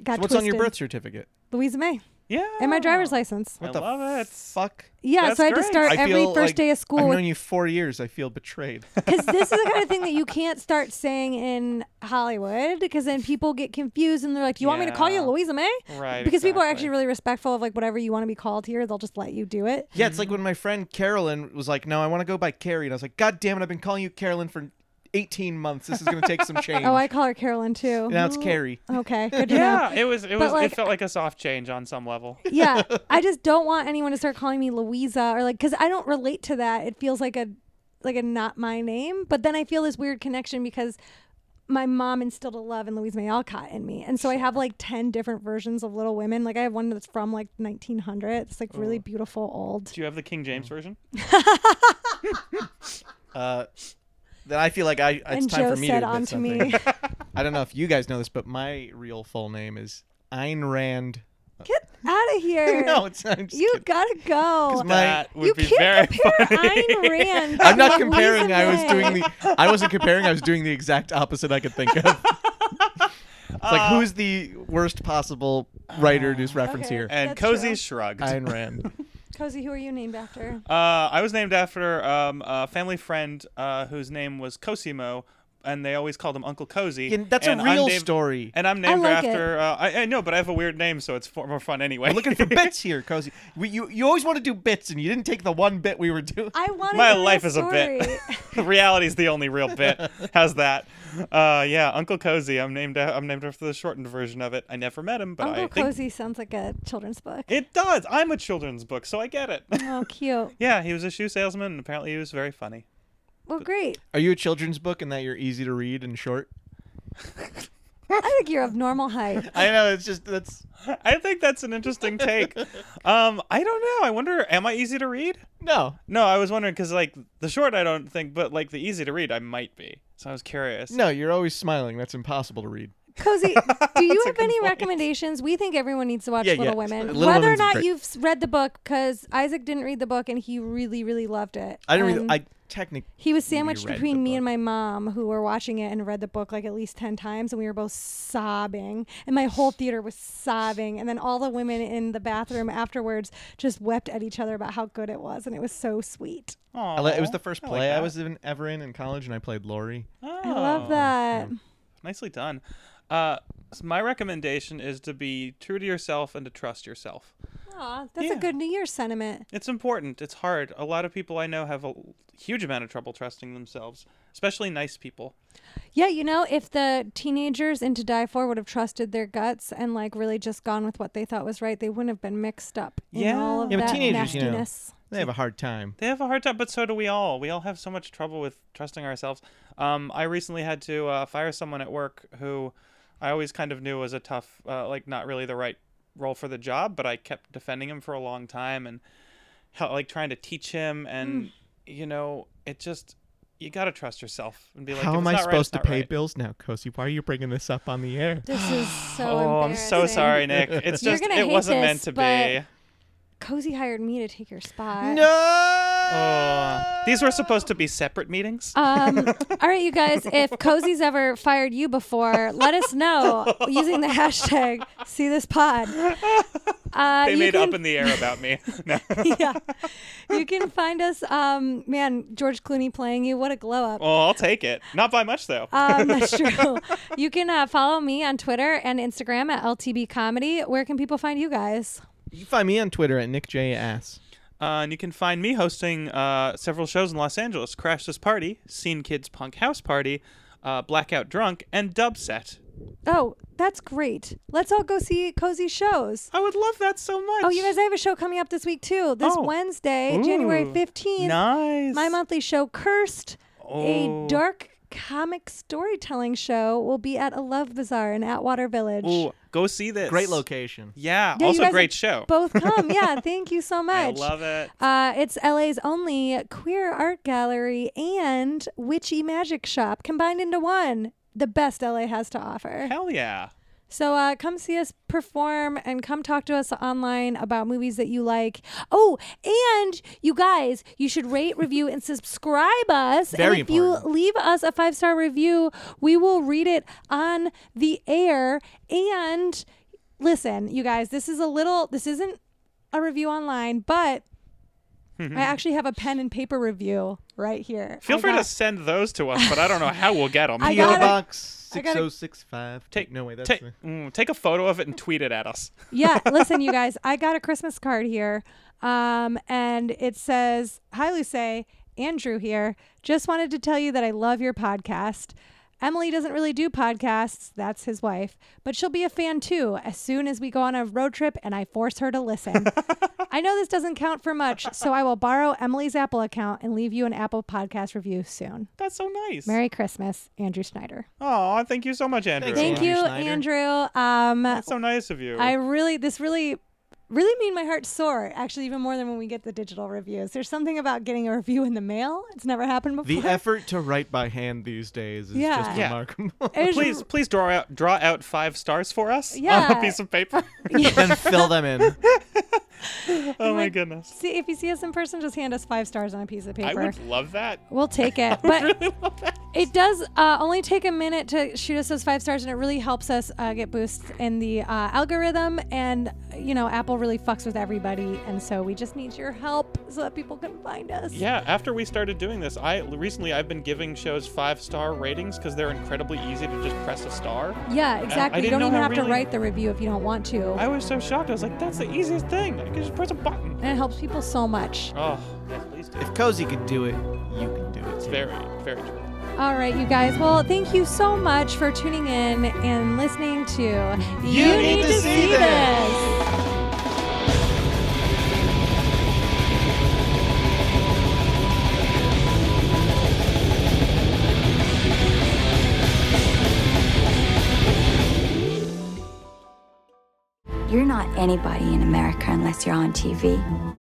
S1: got
S2: So what's on your
S1: twisted.
S2: birth certificate?
S1: Louisa May.
S3: Yeah.
S1: and my driver's license.
S3: I
S2: What the
S3: love it.
S2: fuck?
S1: Yeah,
S3: Oh, That's
S1: so I had to
S3: great.
S1: start
S2: I
S1: every
S2: feel
S1: first
S2: like
S1: day of
S2: I've
S1: school
S2: known you four years. I feel betrayed.
S1: because this is the kind of thing that you can't start saying in Hollywood because then people get confused and they're like, "Do you want me to call you
S3: Yeah.
S1: Louisa May?"
S3: Right.
S1: Because people are
S3: exactly.
S1: actually really respectful of like whatever you want to be called here, they'll just let you do it.
S2: yeah, it's like when my friend Carolyn was like, "No, I want to go by Carrie," and I was like, "God damn it! I've been calling you Carolyn for 18 months. This is gonna take some change."
S1: Oh, I call her Carolyn too. Oh,
S2: now it's Carrie.
S1: Okay, good to know.
S3: Yeah, it was. It was.
S1: like-
S3: it felt like a soft change on some level.
S1: yeah i just don't want anyone to start calling me louisa or like because i don't relate to that it feels like a like a not my name but then i feel this weird connection because my mom instilled a love in louise may alcott in me and so i have like 10 different versions of little women like i have one that's from like 1900 it's like really beautiful old
S3: Do you have the King James version?
S2: Uh, then I feel like I it's
S1: and
S2: time
S1: joe
S2: for me
S1: said
S2: to admit
S1: on to
S2: something.
S1: me
S2: I don't know if you guys know this, but my real full name is Ayn Rand.
S1: get out of here
S2: no, it's I'm just
S1: you
S2: kidding.
S1: gotta go
S2: My-
S3: that would
S1: you
S3: be
S1: can't
S3: very
S1: compare
S3: funny.
S1: Ayn Rand
S2: I'm not
S1: to Louisa
S2: comparing. I was
S1: May.
S2: doing the. I wasn't comparing. I was doing the exact opposite I could think of. it's like who's the worst possible writer to reference
S1: Okay.
S2: here?
S1: That's
S3: and cozy
S1: true.
S3: shrugged.
S2: Ayn Rand.
S1: cozy who are you named after
S3: Uh, I was named after um, a family friend uh, whose name was Cosimo, and they always called him Uncle Cozy.
S2: And that's
S3: and
S2: a
S3: I'm
S2: real
S3: named-
S2: story.
S3: And I'm named
S1: like it.
S3: after. Uh, I, I know, but I have a weird name, so it's for, more fun anyway.
S2: We're looking for bits here, cozy. We, you you always want to do bits, and you didn't take the one bit we were doing.
S1: I wanted
S3: My
S1: the real
S3: life is a
S1: story.
S3: bit. Reality's the only real bit. How's that? Uh, yeah, Uncle Cozy. I'm named. a- I'm named after the shortened version of it. I never met him, but
S1: Uncle
S3: I think
S1: Cozy sounds like a children's book.
S3: it does. I'm a children's book, so I get it.
S1: oh, cute.
S3: yeah, he was a shoe salesman, and apparently he was very funny.
S1: Well, great.
S2: Are you a children's book, and that you're easy to read and short?
S1: I think you're of normal height.
S2: I know. It's just that's
S3: I think that's an interesting take. um, I don't know. I wonder. Am I easy to read?
S2: no,
S3: No, I was wondering because like the short, I don't think, but like the easy to read, I might be. So I was curious.
S2: no. You're always smiling. That's impossible to read.
S1: Cozy, do you
S3: That's a
S1: have any
S3: good point.
S1: recommendations? We think everyone needs to watch
S2: Yeah,
S1: Little
S2: yeah.
S1: Women.
S2: Little
S1: Whether or
S2: Women's
S1: not
S2: great.
S1: you've s- read the book, because Isaac didn't read the book and he really, really loved it.
S2: I didn't.
S1: And
S2: read, I technically.
S1: he was sandwiched
S2: reread the
S1: between me
S2: book.
S1: and my mom, who were watching it and read the book like at least 10 times, and we were both sobbing. And my whole theater was sobbing. And then all the women in the bathroom afterwards just wept at each other about how good it was. And it was so sweet.
S2: I li- it was the
S3: Aw,
S2: first
S3: I like
S2: play I,
S3: that.
S2: was in, ever in in college, and I played Laurie.
S1: I
S3: Oh,
S1: love that.
S3: Nicely done. Uh, s- my recommendation is to be true to yourself and to trust yourself.
S1: Aw, that's a
S3: Yeah.
S1: good New Year's sentiment.
S3: It's important. It's hard. A lot of people I know have a l- huge amount of trouble trusting themselves, especially nice people.
S1: Yeah, you know, if the teenagers in To Die For would have trusted their guts and like really just gone with what they thought was right, they wouldn't have been mixed up in
S3: Yeah.
S1: all of
S2: Yeah, but
S1: that
S2: teenagers, you know.
S1: nastiness.
S2: They have a hard time.
S3: They have a hard time, but so do we all. We all have so much trouble with trusting ourselves. Um, I recently had to uh, fire someone at work who I always kind of knew was a tough, uh, like not really the right role for the job, but I kept defending him for a long time and how, like trying to teach him,
S1: Hmm.
S3: and you know, it just you gotta trust yourself and be like,
S2: How
S3: "If
S2: am
S3: it's
S2: I
S3: not right, it's
S2: supposed
S3: not
S2: to pay
S3: right."
S2: bills now, Cozy? Why are you bringing this up on the air?
S1: This is so
S3: Oh, I'm so
S1: embarrassing.
S3: sorry, Nick. It's
S1: You're
S3: just
S1: gonna
S3: it
S1: hate
S3: wasn't
S1: this,
S3: meant to
S1: but-
S3: be.
S1: Cozy hired me to take your spot.
S3: Oh, these were supposed to be separate meetings.
S1: Um, all right, you guys, if Cozy's ever fired you before, let us know using the hashtag see this pod. Uh,
S3: they
S1: you
S3: made
S1: can-
S3: up in the air about me. No.
S1: yeah. You can find us, um, man, George Clooney playing you. What a glow up.
S3: Oh, I'll take it. Not by much though. Uh,
S1: Um, that's true. You can uh, follow me on Twitter and Instagram at LTB Comedy. Where can people find you guys?
S2: You can find me on Twitter at Nick J Ass.
S3: Uh, and you can find me hosting uh, several shows in Los Angeles Crash This Party, Scene Kids Punk House Party, uh, Blackout Drunk, and Dub Set.
S1: Oh, that's great. Let's all go see cozy shows.
S3: I would love that so much.
S1: Oh, you guys, I have a show coming up this week too. This
S3: Oh.
S1: Wednesday, January
S3: Ooh.
S1: 15th.
S3: Nice.
S1: My monthly show, Cursed, a
S3: Oh.
S1: dark comic storytelling show, will be at a Love Bazaar in Atwater Village.
S3: Ooh, go see this.
S2: Great location.
S3: Yeah.
S1: Yeah, you
S3: also,
S1: guys
S3: great show.
S1: Both come. Yeah, thank you so
S3: I
S1: much.
S3: love it.
S1: Uh, it's LA's only queer art gallery and witchy magic shop combined into one. The best LA has to offer.
S3: Hell yeah.
S1: So uh, come see us perform and come talk to us online about movies that you like. Oh, and you guys, you should rate, review, and subscribe us.
S2: Very
S1: and if you
S2: important.
S1: leave us a five star review, we will read it on the air and listen, you guys, this is a little, this isn't a review online, but I actually have a pen and paper review right here.
S3: Feel
S1: I
S3: free to
S1: got-
S3: send those to us, but I don't know how we'll get them.
S1: I
S2: PO
S1: gotta-
S2: box
S1: I
S2: six
S1: gotta-
S2: zero six five.
S3: take
S2: no way. That's
S3: take,
S2: the-
S3: mm, take a photo of it and tweet it at us.
S1: yeah, listen, you guys, I got a Christmas card here. Um, and it says, Hi, Luce, Andrew here. Just wanted to tell you that I love your podcast. Emily doesn't really do podcasts, that's his wife, but she'll be a fan too as soon as we go on a road trip and I force her to listen. I know this doesn't count for much, so I will borrow Emily's Apple account and leave you an Apple podcast review soon.
S3: That's so nice.
S1: Merry Christmas, Andrew Schneider.
S3: Oh, thank you so much, Andrew.
S2: Thanks,
S1: Thank
S2: Andrew
S1: you,
S2: Schneider.
S1: Andrew. Um,
S3: That's so nice of you.
S1: I really, this really, really made my heart soar. Actually, even more than when we get the digital reviews. There's something about getting a review in the mail. It's never happened
S2: The
S1: before.
S2: effort to write by hand these days is
S1: Yeah.
S2: just
S3: Yeah.
S2: remarkable.
S1: It was-
S3: please, please draw out draw out five stars for us on
S1: Yeah.
S3: a piece of paper.
S2: and fill them in.
S3: oh my
S1: my-
S3: goodness,
S1: See, if you see us in person, just hand us five stars on a piece of
S3: I
S1: paper.
S3: would love that.
S1: We'll take it. But it does uh, only take a minute to shoot us those five stars, and it really helps us uh, get boosts in the uh, algorithm. And, you know, Apple really fucks with everybody. And so we just need your help so that people can find us.
S3: Yeah, after we started doing this, I recently I've been giving shows five star ratings because they're incredibly easy to just press a star.
S1: Yeah, exactly. you
S3: didn't
S1: don't
S3: know
S1: even
S3: how
S1: have to
S3: really-
S1: write the review if you don't want to.
S3: I was so shocked. I was like, that's the easiest thing. I can just press a button.
S1: and it helps people so much.
S3: Oh, yes, please do.
S2: If Cozy can do it, you can do it.
S3: It's
S2: too.
S3: very, very true.
S1: All right, you guys. Well, thank you so much for tuning in and listening to You,
S2: Need to See This.
S5: You're not anybody in America unless you're on TV.